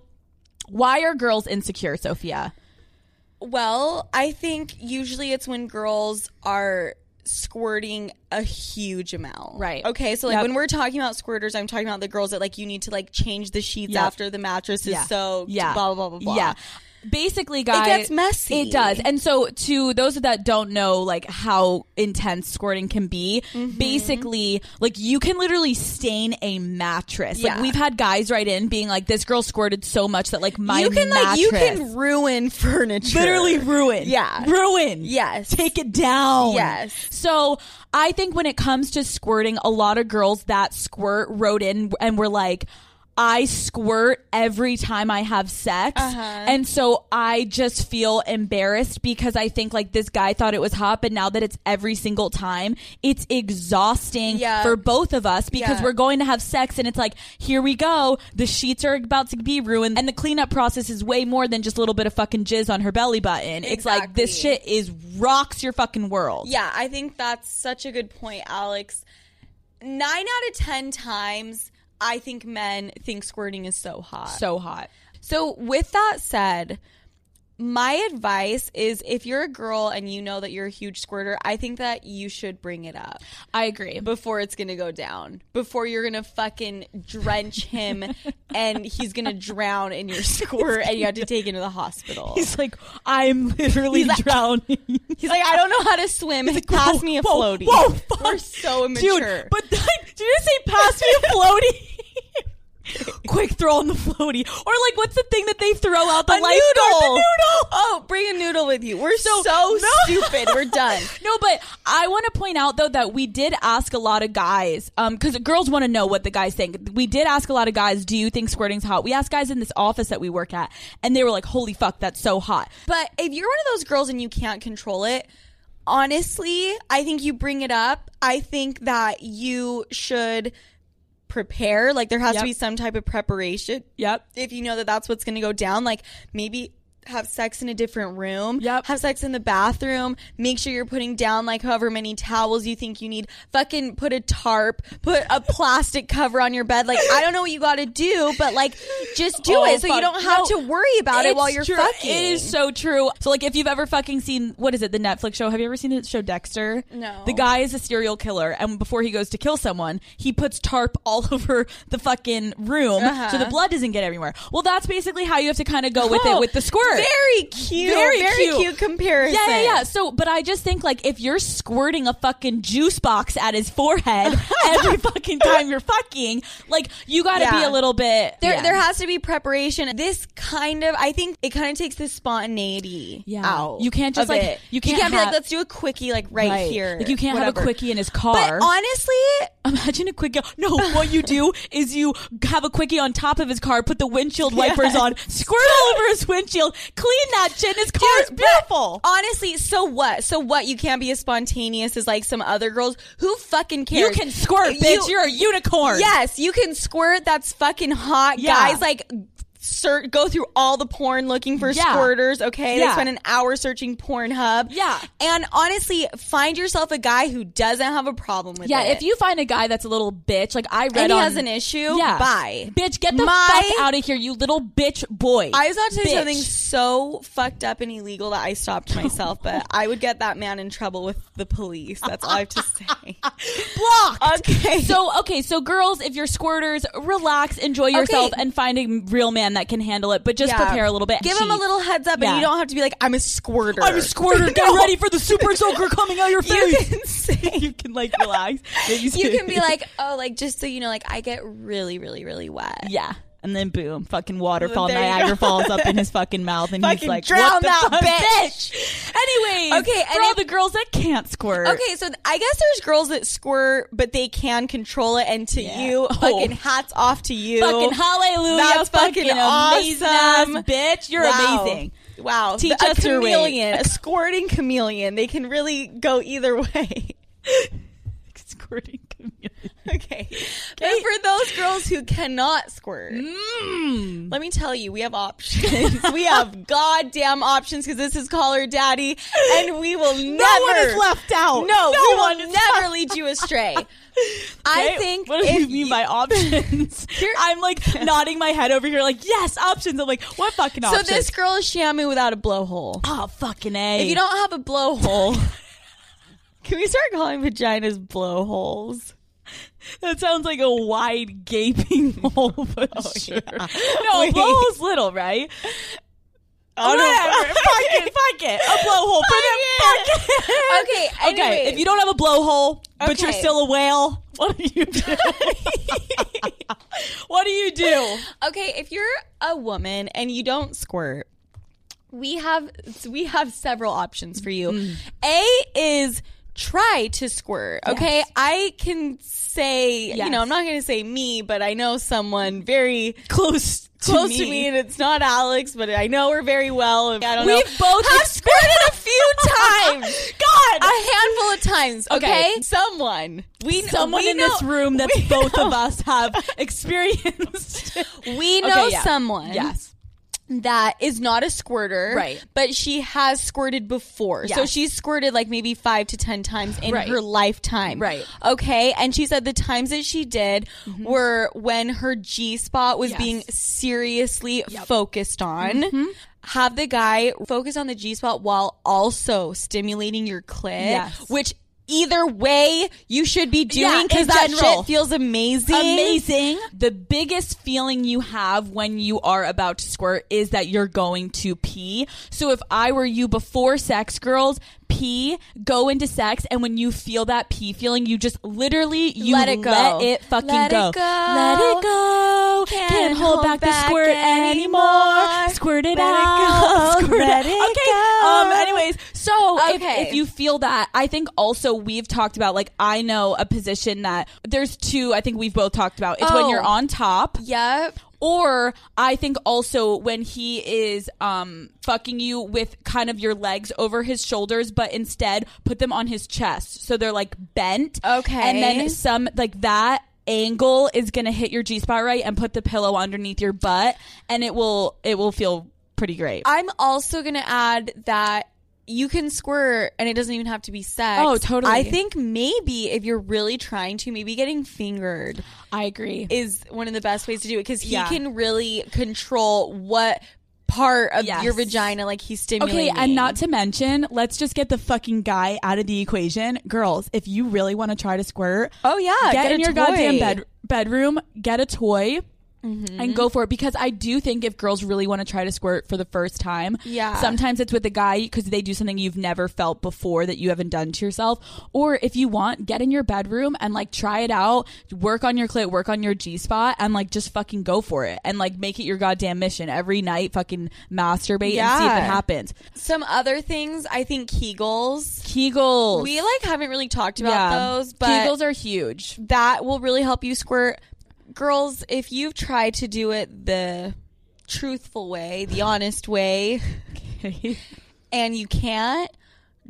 Speaker 3: why are girls insecure, Sophia?
Speaker 2: Well, I think usually it's when girls are squirting a huge amount.
Speaker 3: Right.
Speaker 2: Okay. So like
Speaker 3: Yep.
Speaker 2: when we're talking about squirters, I'm talking about the girls that like you need to like change the sheets
Speaker 3: Yep.
Speaker 2: after the mattress is soaked.
Speaker 3: Yeah.
Speaker 2: Blah blah blah blah.
Speaker 3: Yeah. Basically, guys,
Speaker 2: gets messy.
Speaker 3: It does. And so, to those that don't know, like how intense squirting can be,
Speaker 2: Mm-hmm.
Speaker 3: basically, like you can literally stain a mattress.
Speaker 2: Yeah.
Speaker 3: Like we've had guys write in being like, "This girl squirted so much that like my
Speaker 2: you can like you
Speaker 3: mattress
Speaker 2: can ruin furniture.
Speaker 3: literally ruin,
Speaker 2: Yeah.
Speaker 3: ruin,
Speaker 2: Yes.
Speaker 3: take it down.
Speaker 2: Yes.
Speaker 3: So I think when it comes to squirting, a lot of girls that squirt wrote in and were like, I squirt every time I have sex.
Speaker 2: Uh-huh.
Speaker 3: And so I just feel embarrassed because I think like this guy thought it was hot, but now that it's every single time, it's exhausting
Speaker 2: Yeah.
Speaker 3: for both of us because
Speaker 2: Yeah.
Speaker 3: we're going to have sex and it's like, here we go. The sheets are about to be ruined. And the cleanup process is way more than just a little bit of fucking jizz on her belly button. It's like this
Speaker 2: Exactly.
Speaker 3: shit is rocks your fucking world.
Speaker 2: Yeah, I think that's such a good point, Alex. Nine out of ten times I think men think squirting is so hot.
Speaker 3: so hot.
Speaker 2: So, with that said, my advice is if you're a girl and you know that you're a huge squirter, I think that you should bring it up
Speaker 3: I agree.
Speaker 2: before it's going to go down, before you're going to fucking drench him and he's going to drown in your squirt and you have to take him to the hospital. He's,
Speaker 3: He's like, I'm literally
Speaker 2: He's like-
Speaker 3: drowning.
Speaker 2: like, I don't know how to swim. Pass me a
Speaker 3: whoa,
Speaker 2: floaty.
Speaker 3: Whoa, fuck.
Speaker 2: We're so immature.
Speaker 3: Dude, but then, did you say pass me a floaty? Quick, throw on the floaty. Or like, what's the thing that they throw out? The
Speaker 2: A
Speaker 3: lifeguard, the
Speaker 2: noodle.
Speaker 3: noodle.
Speaker 2: oh, bring a noodle with you. We're so, stupid. We're done.
Speaker 3: No, but I want to point out though that we did ask a lot of guys, um, because girls want to know what the guys think. We did ask a lot of guys, "Do you think squirting's hot?" We asked guys in this office that we work at, and they were like, "Holy fuck, that's so hot!"
Speaker 2: But if you're one of those girls and you can't control it, honestly, I think you bring it up. I think that you should prepare. Like there has
Speaker 3: Yep.
Speaker 2: to be some type of preparation.
Speaker 3: Yep.
Speaker 2: If you know that that's what's going to go down, like maybe have sex in a different room.
Speaker 3: Yep.
Speaker 2: Have sex in the bathroom. Make sure you're putting down like however many towels you think you need. Fucking put a tarp, put a plastic cover on your bed. Like I don't know what you got to do, but like just do
Speaker 3: Oh,
Speaker 2: it so
Speaker 3: fuck.
Speaker 2: you don't have
Speaker 3: No,
Speaker 2: to worry about it while
Speaker 3: It's
Speaker 2: you're
Speaker 3: true.
Speaker 2: fucking.
Speaker 3: It is so true. So, like, if you've ever fucking seen what is it, the Netflix show? Have you ever seen the show Dexter?
Speaker 2: No.
Speaker 3: The guy is a serial killer, and before he goes to kill someone, he puts tarp all over the fucking room so the blood doesn't get everywhere. Well, that's basically how you have to kind of go with it
Speaker 2: Uh-huh. Oh,
Speaker 3: with the squirt.
Speaker 2: Very cute.
Speaker 3: Very
Speaker 2: Very,
Speaker 3: cute.
Speaker 2: cute. comparison.
Speaker 3: yeah, yeah, yeah. So, but I just think like if you're squirting a fucking juice box at his forehead every fucking time you're fucking, like you got to be
Speaker 2: Yeah.
Speaker 3: a little bit.
Speaker 2: There,
Speaker 3: yeah.
Speaker 2: there has to be preparation. This kind of, I think, it kind of takes the spontaneity
Speaker 3: Yeah.
Speaker 2: out.
Speaker 3: You can't just,
Speaker 2: of
Speaker 3: like-
Speaker 2: it.
Speaker 3: you can't
Speaker 2: be like,
Speaker 3: have-
Speaker 2: let's do a quickie, like right,
Speaker 3: Right.
Speaker 2: here.
Speaker 3: Like you can't have a
Speaker 2: Whatever.
Speaker 3: quickie in his
Speaker 2: But
Speaker 3: car.
Speaker 2: honestly,
Speaker 3: Imagine a quickie. No, what you do is you have a quickie on top of his car, put the windshield wipers on, squirt all over his windshield, clean that shit. and His car is
Speaker 2: Dude, but
Speaker 3: beautiful.
Speaker 2: Honestly, so what? So what? You can't be as spontaneous as like some other girls. Who fucking
Speaker 3: You
Speaker 2: cares?
Speaker 3: can squirt,
Speaker 2: You-
Speaker 3: bitch. You, are a unicorn.
Speaker 2: Yes, you can squirt. That's fucking hot,
Speaker 3: Yeah.
Speaker 2: guys. Like, search, go through all the porn looking for
Speaker 3: Yeah.
Speaker 2: squirters. Okay, they
Speaker 3: Yeah.
Speaker 2: spend an hour searching Pornhub.
Speaker 3: Yeah.
Speaker 2: and honestly, find yourself a guy who doesn't have a problem with
Speaker 3: Yeah,
Speaker 2: it.
Speaker 3: if you find a guy that's a little bitch, like I read
Speaker 2: and he
Speaker 3: on,
Speaker 2: has an issue,
Speaker 3: yeah,
Speaker 2: bye.
Speaker 3: bitch, get the
Speaker 2: My-
Speaker 3: fuck out of here, you little bitch boy.
Speaker 2: I was about to say
Speaker 3: Bitch.
Speaker 2: something so fucked up and illegal that I stopped myself, but I would get that man in trouble with the police. That's all I have to say.
Speaker 3: blocked.
Speaker 2: Okay.
Speaker 3: So okay, so girls, if you're squirters, relax, enjoy yourself, and find a real man that can handle it. But just
Speaker 2: Yeah.
Speaker 3: prepare a little bit.
Speaker 2: Give him a
Speaker 3: Cheat.
Speaker 2: little heads up,
Speaker 3: Yeah.
Speaker 2: and you don't have to be like, "I'm a squirter."
Speaker 3: I'm a squirter. Get ready for the super soaker coming out your
Speaker 2: You
Speaker 3: face.
Speaker 2: can say.
Speaker 3: You can like relax. Maybe
Speaker 2: You
Speaker 3: say-
Speaker 2: can be like, "Oh, like just so you know, like I get really, really, really wet."
Speaker 3: yeah. And then boom, fucking waterfall,
Speaker 2: There you go.
Speaker 3: Niagara falls up in his fucking mouth, and he's
Speaker 2: Fucking
Speaker 3: like,
Speaker 2: drown
Speaker 3: "What the
Speaker 2: that
Speaker 3: fuck,
Speaker 2: bitch."
Speaker 3: Anyways,
Speaker 2: Okay,
Speaker 3: for
Speaker 2: and
Speaker 3: all
Speaker 2: if-
Speaker 3: the girls that can't squirt,
Speaker 2: Okay, so th- I guess there's girls that squirt, but they can control it. And to
Speaker 3: Yeah.
Speaker 2: you,
Speaker 3: Oh.
Speaker 2: fucking hats off to you.
Speaker 3: fucking hallelujah,
Speaker 2: That's
Speaker 3: fucking,
Speaker 2: fucking
Speaker 3: amazing, ass
Speaker 2: awesome.
Speaker 3: bitch, you're
Speaker 2: Wow.
Speaker 3: amazing.
Speaker 2: Wow,
Speaker 3: Teach
Speaker 2: a
Speaker 3: us your way.
Speaker 2: chameleon, a squirting chameleon. They can really go either way.
Speaker 3: Squirting community.
Speaker 2: Okay. But for those girls who cannot squirt,
Speaker 3: Mm.
Speaker 2: let me tell you, we have options. we have goddamn options because this is Caller Daddy, and we will never.
Speaker 3: No one is left out.
Speaker 2: No,
Speaker 3: no
Speaker 2: we
Speaker 3: one
Speaker 2: will
Speaker 3: is
Speaker 2: never lead you astray. I
Speaker 3: Right?
Speaker 2: think
Speaker 3: What do
Speaker 2: if
Speaker 3: you mean by options?
Speaker 2: Here-
Speaker 3: I'm like nodding my head over here, like yes, options. I'm like, what fucking
Speaker 2: so
Speaker 3: options?
Speaker 2: this girl is Shamu without a blowhole.
Speaker 3: oh fucking a.
Speaker 2: If you don't have a blowhole, can we start calling vaginas blowholes?
Speaker 3: that sounds like a wide gaping hole. But sure. No, a
Speaker 2: Oh, Wait.
Speaker 3: blowhole's little, right?
Speaker 2: Oh, no.
Speaker 3: Whatever. fuck it, fuck it. A blowhole for them. Fuck it.
Speaker 2: Okay,
Speaker 3: Okay,
Speaker 2: anyways.
Speaker 3: if you don't have a blowhole, but
Speaker 2: Okay.
Speaker 3: you're still a whale, what do you do? what do you do?
Speaker 2: Okay, if you're a woman and you don't squirt, we have we have several options for you. A is try to squirt. Okay, I can say you
Speaker 3: Yes.
Speaker 2: know I'm not going to say me, but I know someone very
Speaker 3: Close,
Speaker 2: close to me, and it's not Alex, but I know her very well. I don't know.
Speaker 3: We've both
Speaker 2: have squirted a few times.
Speaker 3: God,
Speaker 2: A handful of times, okay?
Speaker 3: Okay.
Speaker 2: Someone. We
Speaker 3: someone
Speaker 2: we
Speaker 3: in
Speaker 2: know-
Speaker 3: this room that
Speaker 2: we
Speaker 3: both
Speaker 2: know-
Speaker 3: of us have experienced.
Speaker 2: We know
Speaker 3: yeah.
Speaker 2: someone.
Speaker 3: Yes.
Speaker 2: that is not a squirter,
Speaker 3: Right.
Speaker 2: But she has squirted before, so
Speaker 3: Yes.
Speaker 2: she's squirted like maybe five to ten times in
Speaker 3: Right.
Speaker 2: her lifetime,
Speaker 3: Right. Mm-hmm.
Speaker 2: Okay, and she said the times that she did were when her G spot was
Speaker 3: Yes. Mm-hmm.
Speaker 2: being seriously focused on. Have the guy focus on the G spot while also stimulating your clit,
Speaker 3: Yes.
Speaker 2: which. Either way, you should be
Speaker 3: Yeah,
Speaker 2: doing because
Speaker 3: in
Speaker 2: that
Speaker 3: general.
Speaker 2: shit feels amazing.
Speaker 3: Amazing. The biggest feeling you have when you are about to squirt is that you're going to pee. So if I were you before sex, girls, pee, go into sex, and when you feel that pee feeling, you just literally you
Speaker 2: Let it go.
Speaker 3: Let it fucking
Speaker 2: Let it
Speaker 3: go.
Speaker 2: go.
Speaker 3: Let it go. Can't, hold, back, the squirt anymore. Squirt it
Speaker 2: Let it
Speaker 3: out.
Speaker 2: go.
Speaker 3: Squirt
Speaker 2: Let it
Speaker 3: okay.
Speaker 2: go.
Speaker 3: Um. Anyways, so if-
Speaker 2: Okay.
Speaker 3: if you feel that. I think also we've talked about like I know a position that there's two I think we've both talked about. It's when
Speaker 2: Oh.
Speaker 3: you're on top
Speaker 2: Yep.
Speaker 3: or I think also when he is um fucking you with kind of your legs over his shoulders but instead put them on his chest. So they're like bent.
Speaker 2: Okay.
Speaker 3: And then some like that angle is going to hit your G-spot right and put the pillow underneath your butt and it will it will feel pretty great.
Speaker 2: I'm also going to add that you can squirt and it doesn't even have to be sex.
Speaker 3: Oh, totally.
Speaker 2: I think maybe if you're really trying to, maybe getting fingered
Speaker 3: I agree.
Speaker 2: is one of the best ways to do it because he
Speaker 3: Yeah.
Speaker 2: can really control what part of
Speaker 3: Yes.
Speaker 2: your vagina like he's stimulating.
Speaker 3: Okay, and not to mention, let's just get the fucking guy out of the equation. Girls, if you really want to try to squirt,
Speaker 2: Oh yeah,
Speaker 3: get, in
Speaker 2: a
Speaker 3: your
Speaker 2: toy. Mm-hmm.
Speaker 3: goddamn bed bedroom, get a toy. And go for it because I do think if girls really want to try to squirt for the first time,
Speaker 2: Yeah.
Speaker 3: sometimes it's with a guy because they do something you've never felt before that you haven't done to yourself. Or if you want, get in your bedroom and like try it out, work on your clit, work on your G spot, and like just fucking go for it and like make it your goddamn mission every night. Fucking masturbate and see if
Speaker 2: Yeah.
Speaker 3: it happens.
Speaker 2: Some other things, I think Kegels.
Speaker 3: Kegels.
Speaker 2: We like haven't really talked about those, but
Speaker 3: Kegels are huge.
Speaker 2: that will really help you squirt. Girls, if you've tried to do it the truthful way, the honest way, and you can't,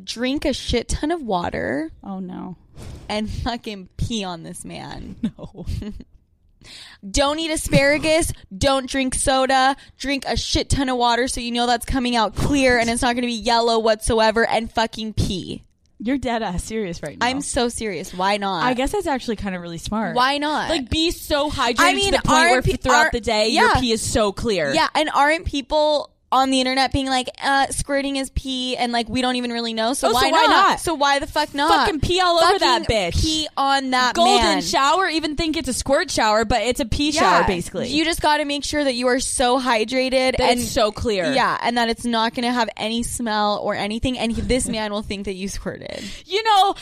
Speaker 2: drink a shit ton of water
Speaker 3: oh no.
Speaker 2: and fucking pee on this man.
Speaker 3: No.
Speaker 2: Don't eat asparagus. Don't drink soda. Drink a shit ton of water so you know that's coming out clear and it's not going to be yellow whatsoever. And fucking pee.
Speaker 3: You're dead ass serious right now.
Speaker 2: I'm so serious. Why not?
Speaker 3: I guess that's actually kind of really smart.
Speaker 2: Why not?
Speaker 3: Like be so hydrated
Speaker 2: I mean,
Speaker 3: to the point where
Speaker 2: RP
Speaker 3: throughout
Speaker 2: are-
Speaker 3: the day your
Speaker 2: yeah.
Speaker 3: pee is so clear.
Speaker 2: Yeah, and aren't people on the internet being like, uh, squirting is pee, and like we don't even really know, so,
Speaker 3: Oh, so
Speaker 2: why,
Speaker 3: why
Speaker 2: not?
Speaker 3: not?
Speaker 2: So why the fuck not?
Speaker 3: Fucking pee all over that
Speaker 2: Fucking
Speaker 3: bitch.
Speaker 2: Pee on that
Speaker 3: Golden
Speaker 2: man.
Speaker 3: shower, even think it's a squirt shower, but it's a pee
Speaker 2: Yeah.
Speaker 3: shower basically.
Speaker 2: You just got to make sure that you are so hydrated
Speaker 3: That
Speaker 2: and
Speaker 3: it's so clear.
Speaker 2: Yeah, and that it's not going to have any smell or anything, and he- this man will think that you squirted.
Speaker 3: you know,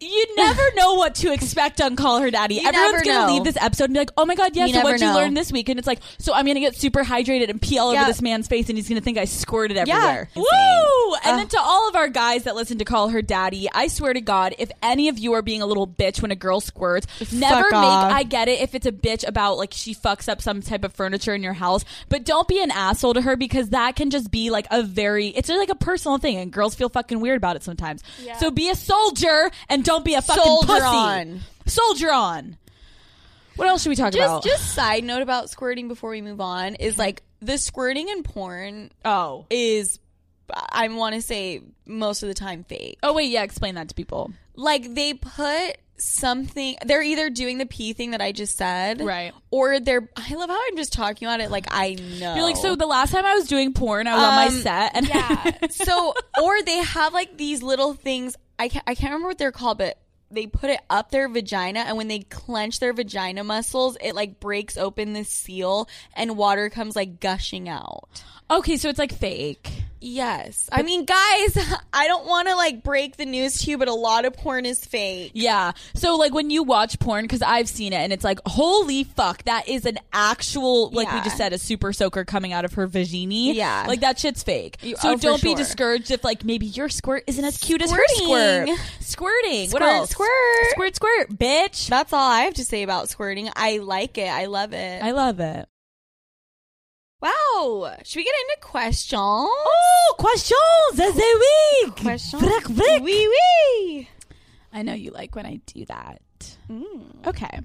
Speaker 3: you never know what to expect on Call Her Daddy. Everyone's
Speaker 2: never
Speaker 3: gonna
Speaker 2: know.
Speaker 3: leave this episode and be like, "Oh my god, yeah."
Speaker 2: You
Speaker 3: so
Speaker 2: never
Speaker 3: what you
Speaker 2: know.
Speaker 3: learned this week? And it's like, so I'm gonna get super hydrated and pee all
Speaker 2: Yeah.
Speaker 3: over this man's face, and he's gonna think I squirted
Speaker 2: Yeah.
Speaker 3: everywhere.
Speaker 2: Insane.
Speaker 3: Woo! And
Speaker 2: Ugh.
Speaker 3: then to all of our guys that listen to Call Her Daddy, I swear to God, if any of you are being a little bitch when a girl squirts, never make
Speaker 2: off.
Speaker 3: I get it if it's a bitch about like she fucks up some type of furniture in your house, but don't be an asshole to her because that can just be like a very it's like a personal thing and girls feel fucking weird about it sometimes. So be a soldier and don't be a fucking
Speaker 2: Soldier
Speaker 3: pussy.
Speaker 2: on.
Speaker 3: Soldier on. What else should we talk about?
Speaker 2: Just, just side note about squirting before we move on is like the squirting in porn
Speaker 3: oh.
Speaker 2: is, I want to say, most of the time fake.
Speaker 3: Oh wait, yeah, explain that to people.
Speaker 2: like they put something they're either doing the pee thing that I just said.
Speaker 3: Right.
Speaker 2: Or they're I love how I'm just talking about it like I know.
Speaker 3: You're like, so the last time I was doing porn, I was on my
Speaker 2: Oh. Um,
Speaker 3: set and
Speaker 2: Yeah. so or they have like these little things I can't I can't remember what they're called, but they put it up their vagina and when they clench their vagina muscles, it like breaks open this seal and water comes like gushing out.
Speaker 3: Okay, so it's like fake.
Speaker 2: Yes. I mean guys, I don't wanna like break the news to you, but a lot of porn is fake.
Speaker 3: Yeah. So like when you watch porn, because I've seen it, and it's like, holy fuck, that is an actual like we
Speaker 2: Yeah.
Speaker 3: just said a super soaker coming out of her vagini.
Speaker 2: Yeah.
Speaker 3: Like that shit's fake.
Speaker 2: You-
Speaker 3: so
Speaker 2: oh, for
Speaker 3: don't be
Speaker 2: sure.
Speaker 3: discouraged if like maybe your squirt isn't as cute as her squirt.
Speaker 2: Squirting.
Speaker 3: Squirting. what
Speaker 2: Squirt,
Speaker 3: else?
Speaker 2: squirt.
Speaker 3: Squirt. Squirt. Bitch.
Speaker 2: That's all I have to say about squirting. I like it. I love it.
Speaker 3: I love it.
Speaker 2: wow. Should we get into questions?
Speaker 3: Oh, questions as a week.
Speaker 2: Questions?
Speaker 3: Brick, brick.
Speaker 2: Wee wee.
Speaker 3: I know you like when I do that. Okay.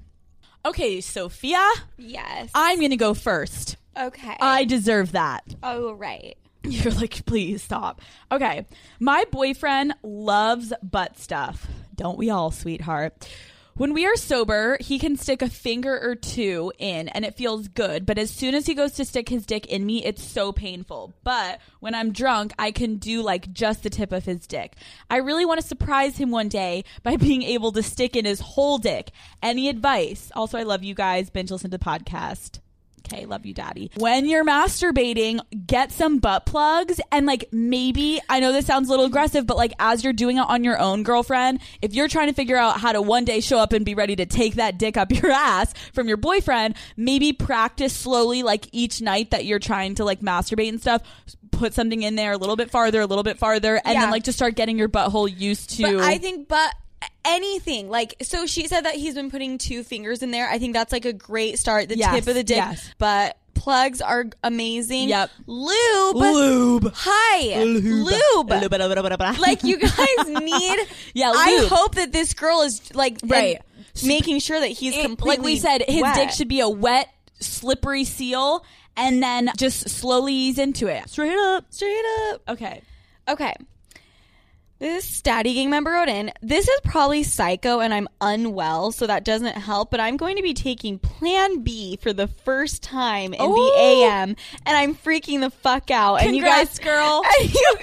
Speaker 3: Okay, Sophia,
Speaker 2: Yes.
Speaker 3: I'm gonna go first.
Speaker 2: okay.
Speaker 3: I deserve that.
Speaker 2: oh right.
Speaker 3: You're like, please stop. Okay. My boyfriend loves butt stuff. Don't we all, sweetheart? When we are sober, he can stick a finger or two in and it feels good. But as soon as he goes to stick his dick in me, it's so painful. But when I'm drunk, I can do like just the tip of his dick. I really want to surprise him one day by being able to stick in his whole dick. Any advice? Also, I love you guys. Binge listen to the podcast. Okay, love you, daddy. When you're masturbating, get some butt plugs and like maybe I know this sounds a little aggressive, but like as you're doing it on your own, girlfriend, if you're trying to figure out how to one day show up and be ready to take that dick up your ass from your boyfriend, maybe practice slowly like each night that you're trying to like masturbate and stuff. Put something in there a little bit farther, a little bit farther, and
Speaker 2: Yeah.
Speaker 3: then like just start getting your butthole used to.
Speaker 2: But I think but anything like so she said that he's been putting two fingers in there. I think that's like a great start. The
Speaker 3: Yes,
Speaker 2: tip of the dick.
Speaker 3: yes.
Speaker 2: But plugs are amazing.
Speaker 3: Yep.
Speaker 2: Lube.
Speaker 3: lube.
Speaker 2: Hi.
Speaker 3: Lube.
Speaker 2: Lube. like you guys need
Speaker 3: Yeah,
Speaker 2: i
Speaker 3: lube.
Speaker 2: hope that this girl is like and
Speaker 3: Right.
Speaker 2: making sure that he's
Speaker 3: it-
Speaker 2: completely
Speaker 3: like we said his
Speaker 2: wet.
Speaker 3: dick should be a wet slippery seal and then just slowly ease into it straight up
Speaker 2: straight up
Speaker 3: okay
Speaker 2: okay this daddy gang member wrote in this is probably psycho and i'm unwell so that doesn't help but i'm going to be taking plan b for the first time in
Speaker 3: Ooh.
Speaker 2: the am and i'm freaking the fuck out and you
Speaker 3: Oh. Congrats,
Speaker 2: guys
Speaker 3: girl.
Speaker 2: and you,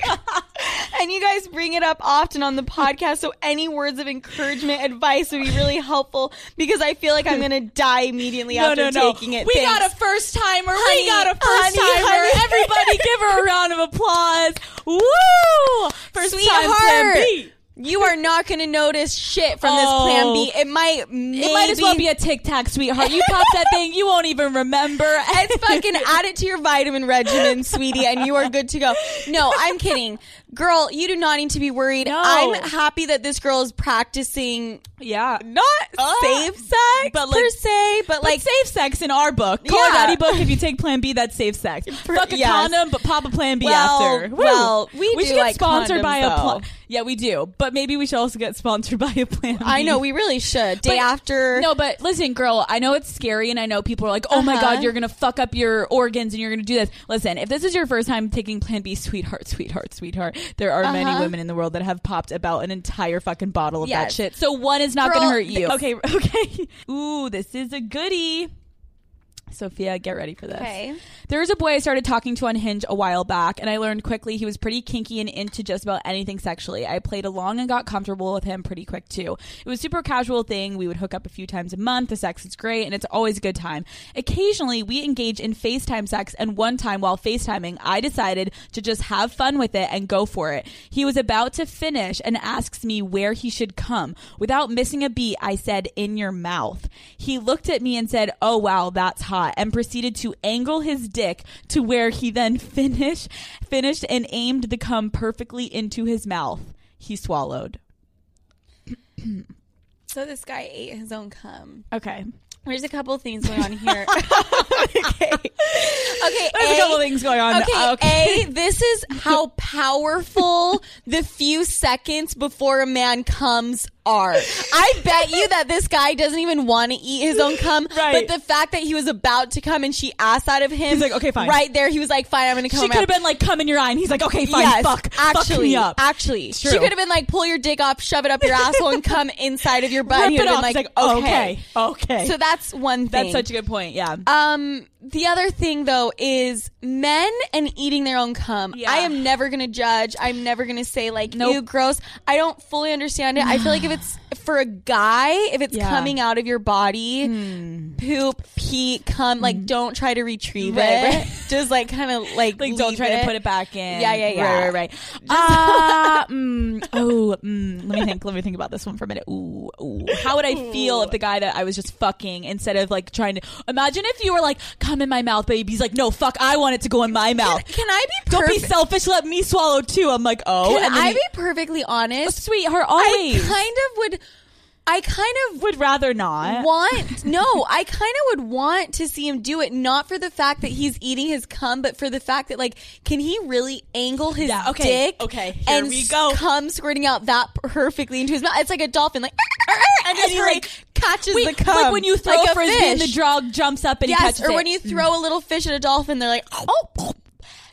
Speaker 2: and you guys bring it up often on the podcast so any words of encouragement advice would be really helpful because i feel like i'm going to die immediately after taking it
Speaker 3: we
Speaker 2: Thanks.
Speaker 3: got a first timer we
Speaker 2: Honey,
Speaker 3: got a first
Speaker 2: honey,
Speaker 3: timer
Speaker 2: honey.
Speaker 3: everybody give her a round of applause woo first time plan
Speaker 2: Sweetheart.
Speaker 3: B.
Speaker 2: You are not going to notice shit from
Speaker 3: Oh.
Speaker 2: this plan B. It might, maybe,
Speaker 3: it might as well be a tic tac sweetheart you pop that thing you won't even remember
Speaker 2: It's fucking add it to your vitamin regimen, sweetie, and you are good to go. No, I'm kidding, girl. You do not need to be worried.
Speaker 3: No.
Speaker 2: I'm happy that this girl is practicing
Speaker 3: yeah
Speaker 2: not
Speaker 3: Uh,
Speaker 2: safe sex
Speaker 3: but like-
Speaker 2: per se, but,
Speaker 3: like
Speaker 2: like
Speaker 3: safe sex in our book, call
Speaker 2: Yeah.
Speaker 3: daddy book. If you take Plan B, that's safe sex. Fuck a
Speaker 2: yes.
Speaker 3: condom, but pop a Plan B
Speaker 2: Well,
Speaker 3: after. Woo.
Speaker 2: well, we do
Speaker 3: should get
Speaker 2: like
Speaker 3: sponsored by
Speaker 2: condoms,
Speaker 3: a. Pl-
Speaker 2: though.
Speaker 3: Yeah, we do. But maybe we should also get sponsored by a plan.
Speaker 2: I
Speaker 3: B.
Speaker 2: know we really should. Day
Speaker 3: But-
Speaker 2: after.
Speaker 3: No, but listen, girl, I know it's scary and I know people are like, oh my
Speaker 2: Uh-huh.
Speaker 3: God, you're going to fuck up your organs and you're going to do this. Listen, if this is your first time taking Plan B, sweetheart, sweetheart, sweetheart, there are many
Speaker 2: Uh-huh.
Speaker 3: women in the world that have popped about an entire fucking bottle of that
Speaker 2: Yes.
Speaker 3: shit. So one is not going to
Speaker 2: Girl,
Speaker 3: hurt you.
Speaker 2: th-
Speaker 3: okay, okay. Ooh, this is a goodie. Sophia, get ready for this.
Speaker 2: Okay.
Speaker 3: There was a boy I started talking to on Hinge a while back, and I learned quickly he was pretty kinky and into just about anything sexually. I played along and got comfortable with him pretty quick, too. It was a super casual thing. We would hook up a few times a month. The sex is great, and it's always a good time. Occasionally, we engage in FaceTime sex, and one time while FaceTiming, I decided to just have fun with it and go for it. He was about to finish and asks me where he should come. Without missing a beat, I said, In your mouth. He looked at me and said, Oh, wow, that's hot, and proceeded to angle his dick to where he then finished, finished and aimed the cum perfectly into his mouth. He swallowed.
Speaker 2: So this guy ate his own cum.
Speaker 3: Okay.
Speaker 2: There's a couple things going on here. okay. Okay.
Speaker 3: There's a,
Speaker 2: A-
Speaker 3: couple things going on. Uh,
Speaker 2: Okay, A, this is how powerful the few seconds before a man comes are. I bet you that this guy doesn't even want to eat his own cum.
Speaker 3: Right.
Speaker 2: But the fact that he was about to come and she asked out of him.
Speaker 3: He's like, "Okay, fine."
Speaker 2: Right there, he was like, fine, I'm going to come
Speaker 3: She could have
Speaker 2: around."
Speaker 3: been like, Come in your eye. And he's like, Okay, fine.
Speaker 2: yes,
Speaker 3: fuck.
Speaker 2: actually,
Speaker 3: fuck me up.
Speaker 2: actually,
Speaker 3: true.
Speaker 2: she could have been like, "Pull your dick up, shove it up your asshole, and come inside of your butt." and
Speaker 3: Rip
Speaker 2: he
Speaker 3: it
Speaker 2: would have
Speaker 3: off.
Speaker 2: been
Speaker 3: He's
Speaker 2: like,
Speaker 3: like, Okay. Okay.
Speaker 2: So that's one
Speaker 3: That's
Speaker 2: thing.
Speaker 3: such a good point. Yeah.
Speaker 2: Um, the other thing though is men and eating their own cum.
Speaker 3: Yeah.
Speaker 2: I am never gonna judge. I'm never gonna say like
Speaker 3: Nope.
Speaker 2: you gross. I don't fully understand it. I feel like if it's for a guy, if it's
Speaker 3: Yeah. Hmm.
Speaker 2: coming out of your body, poop, pee, cum, like don't try to retrieve
Speaker 3: Right,
Speaker 2: it.
Speaker 3: right.
Speaker 2: Just like kind of like
Speaker 3: like don't
Speaker 2: leave
Speaker 3: try to put it back in.
Speaker 2: Yeah, yeah, yeah.
Speaker 3: Right, right, right. Ah, mm, oh, mm, let me think. Let me think about this one for a minute. Ooh, ooh. How would I feel if the guy that I was just fucking instead of like trying to imagine if you were like, "Come in my mouth, baby." He's like, "No, fuck, I want it to go in my mouth."
Speaker 2: Can I be
Speaker 3: don't
Speaker 2: perfect?
Speaker 3: be selfish. Let me swallow too. I'm like, oh,
Speaker 2: Can
Speaker 3: and then
Speaker 2: I
Speaker 3: he-
Speaker 2: be perfectly honest?
Speaker 3: sweetheart.
Speaker 2: I
Speaker 3: Always
Speaker 2: kind of would. I kind of
Speaker 3: would rather not.
Speaker 2: want no i kind of would want to see him do it not for the fact that he's eating his cum but for the fact that like can he really angle his
Speaker 3: Yeah, okay,
Speaker 2: dick
Speaker 3: okay, here
Speaker 2: and
Speaker 3: we go.
Speaker 2: cum squirting out that perfectly into his mouth it's like a dolphin like and,
Speaker 3: then
Speaker 2: he
Speaker 3: you,
Speaker 2: like
Speaker 3: like,
Speaker 2: catches
Speaker 3: Wait,
Speaker 2: the cum
Speaker 3: like when you throw
Speaker 2: like
Speaker 3: a frisbee
Speaker 2: fish.
Speaker 3: and the dog jumps up and he
Speaker 2: yes
Speaker 3: catches
Speaker 2: or
Speaker 3: it.
Speaker 2: when you throw a little fish at a dolphin they're like
Speaker 3: oh,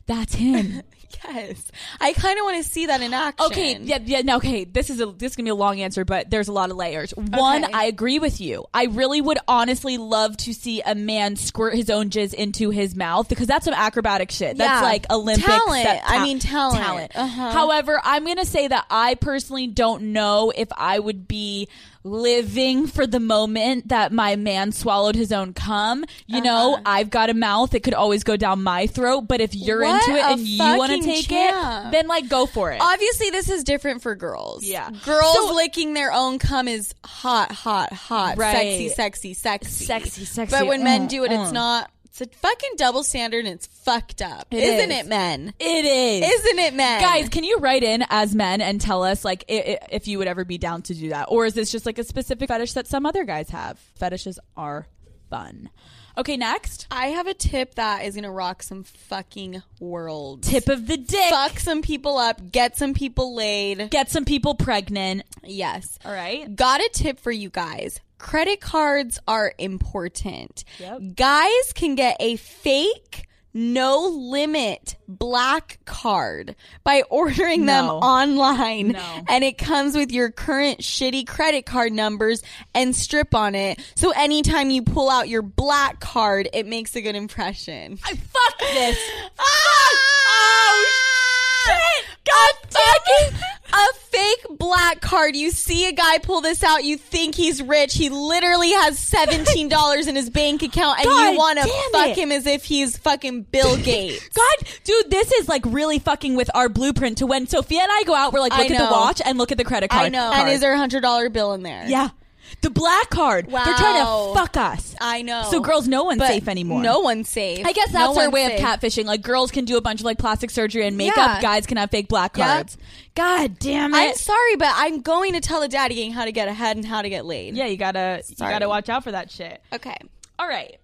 Speaker 3: that's him.
Speaker 2: yes i kind of want to see that in action
Speaker 3: Okay, yeah, yeah, no, okay. This is a this is gonna be a long answer, but there's a lot of layers. One,
Speaker 2: Okay.
Speaker 3: I agree with you. I really would honestly love to see a man squirt his own jizz into his mouth because that's some acrobatic shit. That's
Speaker 2: Yeah.
Speaker 3: like Olympic
Speaker 2: Talent.
Speaker 3: set-
Speaker 2: I mean, talent. Uh-huh.
Speaker 3: However, I'm gonna say that I personally don't know if I would be living for the moment that my man swallowed his own cum. You
Speaker 2: Uh-huh.
Speaker 3: know, I've got a mouth; it could always go down my throat. But if you're
Speaker 2: What
Speaker 3: into it
Speaker 2: a
Speaker 3: and you want to
Speaker 2: fucking
Speaker 3: take it,
Speaker 2: champ.
Speaker 3: then like go for it.
Speaker 2: Obviously, this is different for girls.
Speaker 3: Yeah.
Speaker 2: girls
Speaker 3: So-
Speaker 2: licking their own cum is hot, hot, hot,
Speaker 3: Right.
Speaker 2: sexy, sexy, sexy,
Speaker 3: Sexy, sexy,
Speaker 2: But when
Speaker 3: uh,
Speaker 2: men do it,
Speaker 3: uh.
Speaker 2: it's not. It's a fucking double standard, and it's fucked up,
Speaker 3: It
Speaker 2: is isn't
Speaker 3: is.
Speaker 2: it, men?
Speaker 3: It is.
Speaker 2: Isn't it, men?
Speaker 3: Guys, can you write in as men and tell us like i- i- if you would ever be down to do that, or is this just like a specific fetish that some other guys have? Fetishes are fun. Okay, next
Speaker 2: I have a tip that is gonna rock some fucking world.
Speaker 3: tip of the dick:
Speaker 2: Fuck some people up, get some people laid.
Speaker 3: get some people pregnant.
Speaker 2: Yes.
Speaker 3: All right,
Speaker 2: Got a tip for you guys. Credit cards are important.
Speaker 3: Yep.
Speaker 2: Guys can get a fake no limit black card by ordering them
Speaker 3: No.
Speaker 2: online
Speaker 3: No.
Speaker 2: and it comes with your current shitty credit card numbers and strip on it so anytime you pull out your black card it makes a good impression
Speaker 3: I fuck this.
Speaker 2: Oh shit! God fucking a fake black card. You see a guy pull this out, you think he's rich. He literally has seventeen dollars in his bank account, and
Speaker 3: God
Speaker 2: you want to
Speaker 3: damn
Speaker 2: fuck
Speaker 3: it.
Speaker 2: him as if he's fucking Bill Gates.
Speaker 3: God, dude, this is like really fucking with our blueprint to when Sophia and I go out. We're like,
Speaker 2: I
Speaker 3: look at the
Speaker 2: know.
Speaker 3: watch and look at the credit card.
Speaker 2: I know.
Speaker 3: Card.
Speaker 2: And is there a hundred dollar bill in there?
Speaker 3: yeah, the black card. They're trying
Speaker 2: Wow.
Speaker 3: to fuck us.
Speaker 2: I know.
Speaker 3: So girls, no one's
Speaker 2: But
Speaker 3: safe anymore.
Speaker 2: No one's safe.
Speaker 3: I guess
Speaker 2: No
Speaker 3: that's our
Speaker 2: one's
Speaker 3: way
Speaker 2: safe.
Speaker 3: of catfishing. Like girls can do a bunch of like plastic surgery and makeup.
Speaker 2: Yeah.
Speaker 3: Guys can have fake black
Speaker 2: Yep.
Speaker 3: cards. God damn
Speaker 2: I'm
Speaker 3: it!
Speaker 2: sorry, but I'm going to tell a daddy gang how to get ahead and how to get laid.
Speaker 3: yeah, you gotta you
Speaker 2: Sorry.
Speaker 3: gotta watch out for that shit.
Speaker 2: Okay.
Speaker 3: All right.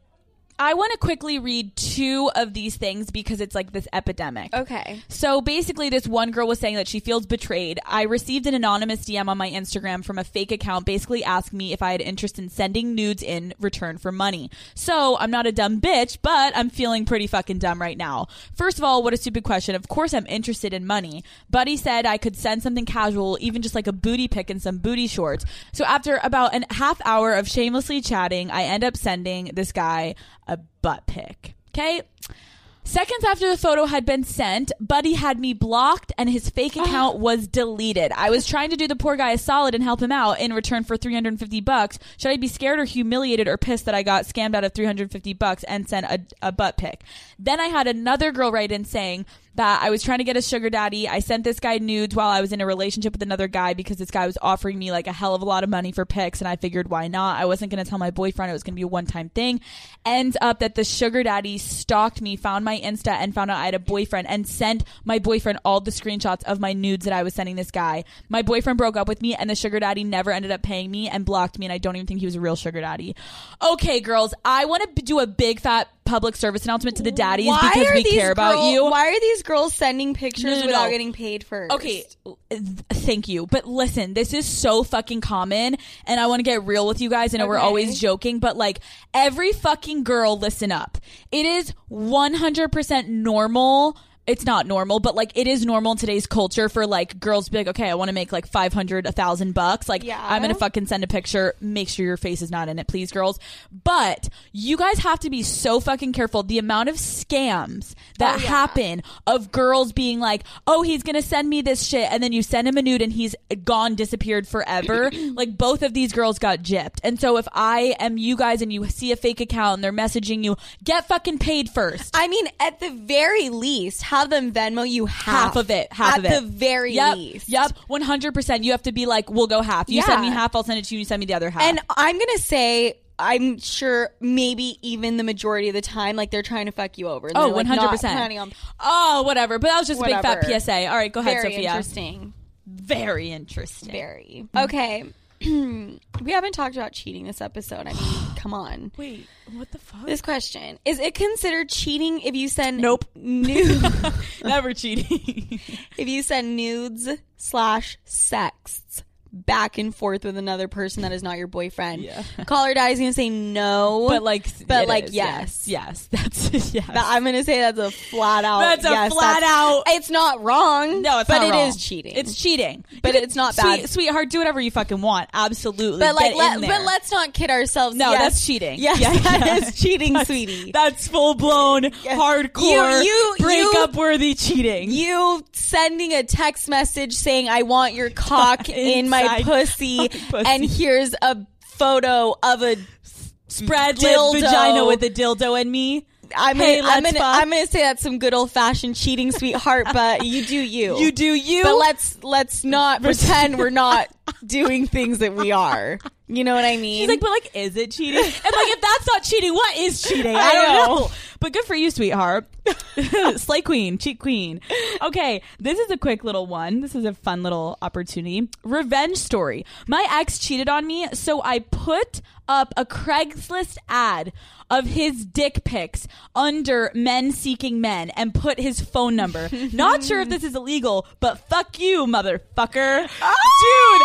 Speaker 3: I want to quickly read two of these things because it's like this epidemic.
Speaker 2: Okay.
Speaker 3: So basically, this one girl was saying that she feels betrayed. I received an anonymous DM on my Instagram from a fake account basically asking me if I had interest in sending nudes in return for money. So I'm not a dumb bitch, but I'm feeling pretty fucking dumb right now. First of all, what a stupid question. Of course, I'm interested in money. Buddy said I could send something casual, even just like a booty pic and some booty shorts. So after about an half hour of shamelessly chatting, I end up sending this guy a butt pic. Okay? Seconds after the photo had been sent, Buddy had me blocked and his fake account was deleted. I was trying to do the poor guy a solid and help him out in return for 350 bucks. Should I be scared or humiliated or pissed that I got scammed out of 350 bucks and sent a, a butt pic? Then I had another girl write in saying that I was trying to get a sugar daddy. I sent this guy nudes while I was in a relationship with another guy because this guy was offering me like a hell of a lot of money for pics and I figured why not? I wasn't going to tell my boyfriend. It was going to be a one-time thing. Ends up that the sugar daddy stalked me, found my Insta and found out I had a boyfriend and sent my boyfriend all the screenshots of my nudes that I was sending this guy. My boyfriend broke up with me and the sugar daddy never ended up paying me and blocked me and I don't even think he was a real sugar daddy. Okay, girls, I want to do a big fat public service announcement to the daddies because we care about
Speaker 2: girl-
Speaker 3: you.
Speaker 2: Why are these girls sending pictures
Speaker 3: No, no,
Speaker 2: without
Speaker 3: no.
Speaker 2: getting paid first?
Speaker 3: Okay, th- thank you. But listen, this is so fucking common, and I want to get real with you guys. I know we're
Speaker 2: Okay.
Speaker 3: always joking, but like every fucking girl, listen up. It is 100% normal. It's not normal, but like it is normal in today's culture for like girls to be like, okay, I want to make like 500, 1,000 bucks. Like,
Speaker 2: Yeah.
Speaker 3: I'm going to fucking send a picture. Make sure your face is not in it, please, girls. But you guys have to be so fucking careful. The amount of scams that
Speaker 2: Oh, yeah.
Speaker 3: happen happen of girls being like, "Oh, he's gonna send me this shit," and then you send him a nude and he's gone, disappeared forever. like both of these girls got gypped. And so if I am you guys and you see a fake account and they're messaging you, get fucking paid first.
Speaker 2: I mean, at the very least, have them Venmo you half,
Speaker 3: Half of it, half
Speaker 2: Ah, at
Speaker 3: of it.
Speaker 2: the very
Speaker 3: yep,
Speaker 2: least.
Speaker 3: Yep, one hundred percent. You have to be like, we'll go half. You send me
Speaker 2: Yeah.
Speaker 3: half, I'll send it to you. You send me the other half.
Speaker 2: And I'm gonna say, I'm sure maybe even the majority of the time, like they're trying to fuck you over. And
Speaker 3: oh,
Speaker 2: they're, like,
Speaker 3: one
Speaker 2: not
Speaker 3: hundred percent.
Speaker 2: planning on-
Speaker 3: Oh, whatever. But that was just a big
Speaker 2: Whatever.
Speaker 3: fat PSA. All right, go ahead,
Speaker 2: Very
Speaker 3: Sophia. Mm-hmm.
Speaker 2: interesting.
Speaker 3: Very interesting.
Speaker 2: Very okay. we haven't talked about cheating this episode. I mean, come on.
Speaker 3: Wait, what the fuck?
Speaker 2: This question is: It considered cheating if you send
Speaker 3: Nope.
Speaker 2: nude
Speaker 3: Never cheating.
Speaker 2: if you send nudes slash sexts back and forth with another person that is not your boyfriend.
Speaker 3: Yeah.
Speaker 2: Caller die is gonna say no,
Speaker 3: but like,
Speaker 2: but
Speaker 3: it
Speaker 2: like
Speaker 3: is,
Speaker 2: yes.
Speaker 3: yes, yes. That's yes.
Speaker 2: But I'm gonna say that's a flat out.
Speaker 3: That's a
Speaker 2: yes,
Speaker 3: flat out-
Speaker 2: It's not wrong.
Speaker 3: no, it's
Speaker 2: but
Speaker 3: not
Speaker 2: it
Speaker 3: wrong.
Speaker 2: is cheating.
Speaker 3: It's cheating,
Speaker 2: But
Speaker 3: You
Speaker 2: it's not
Speaker 3: sweet-
Speaker 2: bad.
Speaker 3: sweetheart. Do whatever you fucking want. Absolutely,
Speaker 2: but like,
Speaker 3: Get
Speaker 2: let,
Speaker 3: in
Speaker 2: but
Speaker 3: there.
Speaker 2: let's not kid ourselves.
Speaker 3: No,
Speaker 2: Yes.
Speaker 3: that's cheating.
Speaker 2: Yes,
Speaker 3: Yeah, yeah.
Speaker 2: that is cheating,
Speaker 3: That's-
Speaker 2: sweetie.
Speaker 3: That's full blown, hardcore,
Speaker 2: You- you- you-
Speaker 3: breakup worthy cheating.
Speaker 2: you sending a text message saying I want your cock in my
Speaker 3: Inside
Speaker 2: pussy,
Speaker 3: pussy.
Speaker 2: and here's a photo of a
Speaker 3: spread
Speaker 2: dildo.
Speaker 3: lip vagina with a dildo and me.
Speaker 2: I'm
Speaker 3: Hey,
Speaker 2: gonna, I'm
Speaker 3: let's
Speaker 2: gonna,
Speaker 3: fuck.
Speaker 2: I'm gonna say that's some good old fashioned cheating, sweetheart. But you do you.
Speaker 3: You do you.
Speaker 2: But let's let's not pretend we're not doing things that we are. You know what I mean?
Speaker 3: He's like, but like, is it cheating? And like, if that's not cheating, what is cheating? I,
Speaker 2: I
Speaker 3: don't know.
Speaker 2: know.
Speaker 3: But good for you, sweetheart. Slay queen, cheat queen. Okay, this is a quick little one. This is a fun little opportunity. Revenge story. My ex cheated on me, so I put up a Craigslist ad of his dick pics under men seeking men and put his phone number. Not sure if this is illegal, but fuck you, motherfucker. Dude.
Speaker 2: Oh!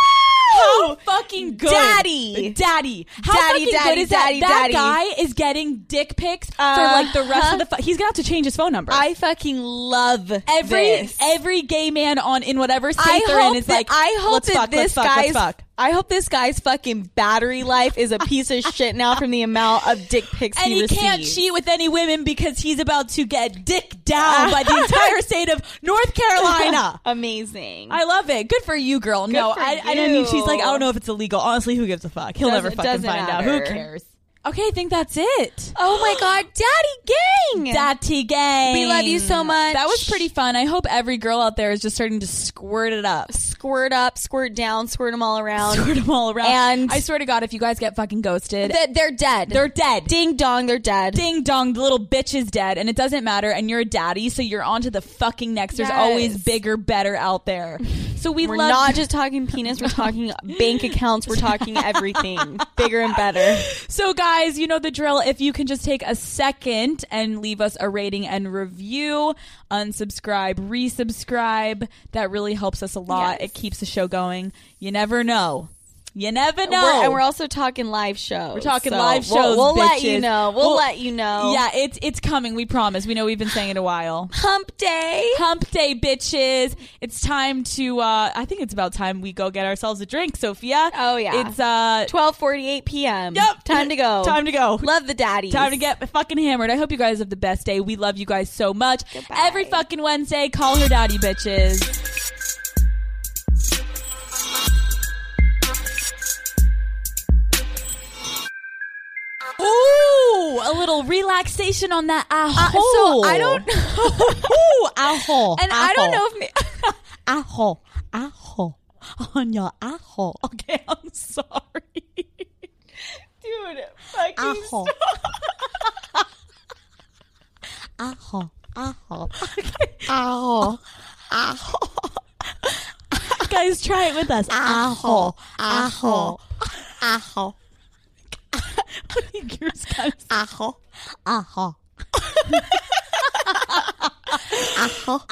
Speaker 3: How fucking good,
Speaker 2: Daddy.
Speaker 3: daddy! How
Speaker 2: Daddy,
Speaker 3: fucking
Speaker 2: daddy,
Speaker 3: good is that?
Speaker 2: daddy,
Speaker 3: that
Speaker 2: daddy. Uh-huh.
Speaker 3: guy is getting dick pics for like the rest of the. Fu- He's gonna have to change his phone number.
Speaker 2: I fucking love
Speaker 3: every
Speaker 2: this.
Speaker 3: every gay man on in whatever state
Speaker 2: I
Speaker 3: they're
Speaker 2: hope
Speaker 3: in is
Speaker 2: that,
Speaker 3: like.
Speaker 2: I hope
Speaker 3: let's
Speaker 2: that
Speaker 3: fuck,
Speaker 2: this
Speaker 3: let's fuck,
Speaker 2: guy's
Speaker 3: let's fuck.
Speaker 2: I hope this guy's fucking battery life is a piece of shit now from the amount of dick pics
Speaker 3: And he
Speaker 2: receives.
Speaker 3: can't cheat with any women because he's about to get dick down by the entire state of North Carolina.
Speaker 2: Amazing.
Speaker 3: I love it. Good for you, girl. no,
Speaker 2: for
Speaker 3: I, I don't mean she's like, I
Speaker 2: you.
Speaker 3: don't know if it's illegal. Honestly, who gives a fuck? He'll
Speaker 2: Doesn't-
Speaker 3: never fucking find
Speaker 2: doesn't
Speaker 3: out. Who
Speaker 2: matter.
Speaker 3: cares? Okay, I think that's it.
Speaker 2: oh my god, Daddy Gang.
Speaker 3: Daddy gang.
Speaker 2: We love you so much.
Speaker 3: That was pretty fun. I hope every girl out there is just starting to squirt it up.
Speaker 2: squirt up, squirt down, squirt them all around.
Speaker 3: Squirt them all around.
Speaker 2: And-
Speaker 3: I swear to God, if you guys get fucking ghosted,
Speaker 2: That they're dead.
Speaker 3: they're dead.
Speaker 2: ding dong, they're dead.
Speaker 3: Ding dong, the little bitch is dead, and it doesn't matter. And you're a daddy, so you're on to the fucking next. There's
Speaker 2: Yes.
Speaker 3: always bigger, better out there. So we
Speaker 2: We're
Speaker 3: love
Speaker 2: not just talking penis, we're talking bank accounts, we're talking everything. Bigger and better.
Speaker 3: So, guys, guys, you know the drill. If you can just take a second and leave us a rating and review, unsubscribe, resubscribe, that really helps us a lot.
Speaker 2: Yes.
Speaker 3: It keeps the show going. You never know. You never know.
Speaker 2: We're- and we're also talking live shows. We're
Speaker 3: talking live
Speaker 2: We'll,
Speaker 3: shows,
Speaker 2: we'll let
Speaker 3: bitches.
Speaker 2: you know. We'll,
Speaker 3: We'll-
Speaker 2: let you know.
Speaker 3: yeah, it's it's coming. We promise. We know we've been saying it a while.
Speaker 2: Hump day.
Speaker 3: Hump day, bitches! It's time to. uh I think it's about time we go get ourselves a drink, Sophia.
Speaker 2: Oh, yeah.
Speaker 3: it's uh.
Speaker 2: Twelve forty eight p.m.
Speaker 3: Yep.
Speaker 2: Time to go.
Speaker 3: Time to go.
Speaker 2: Love the daddies.
Speaker 3: Time to get fucking hammered. I hope you guys have the best day. We love you guys so much.
Speaker 2: Goodbye.
Speaker 3: Every fucking Wednesday, call her daddy, bitches. Ooh, a little relaxation on that
Speaker 2: Uh,
Speaker 3: asshole.
Speaker 2: so I don't
Speaker 3: Ooh, asshole.
Speaker 2: and I don't know if ma-
Speaker 3: asshole, asshole, on your asshole. Okay, I'm sorry.
Speaker 2: dude. Fucking
Speaker 3: Asshole. Asshole. Asshole. Asshole. Guys, try it with us. Asshole. Asshole. Asshole. I think yours kind of
Speaker 4: Ajo, ajo. Ajo,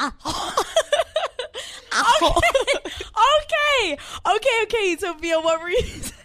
Speaker 3: Ah, okay, okay, okay, Sophia. What were you saying?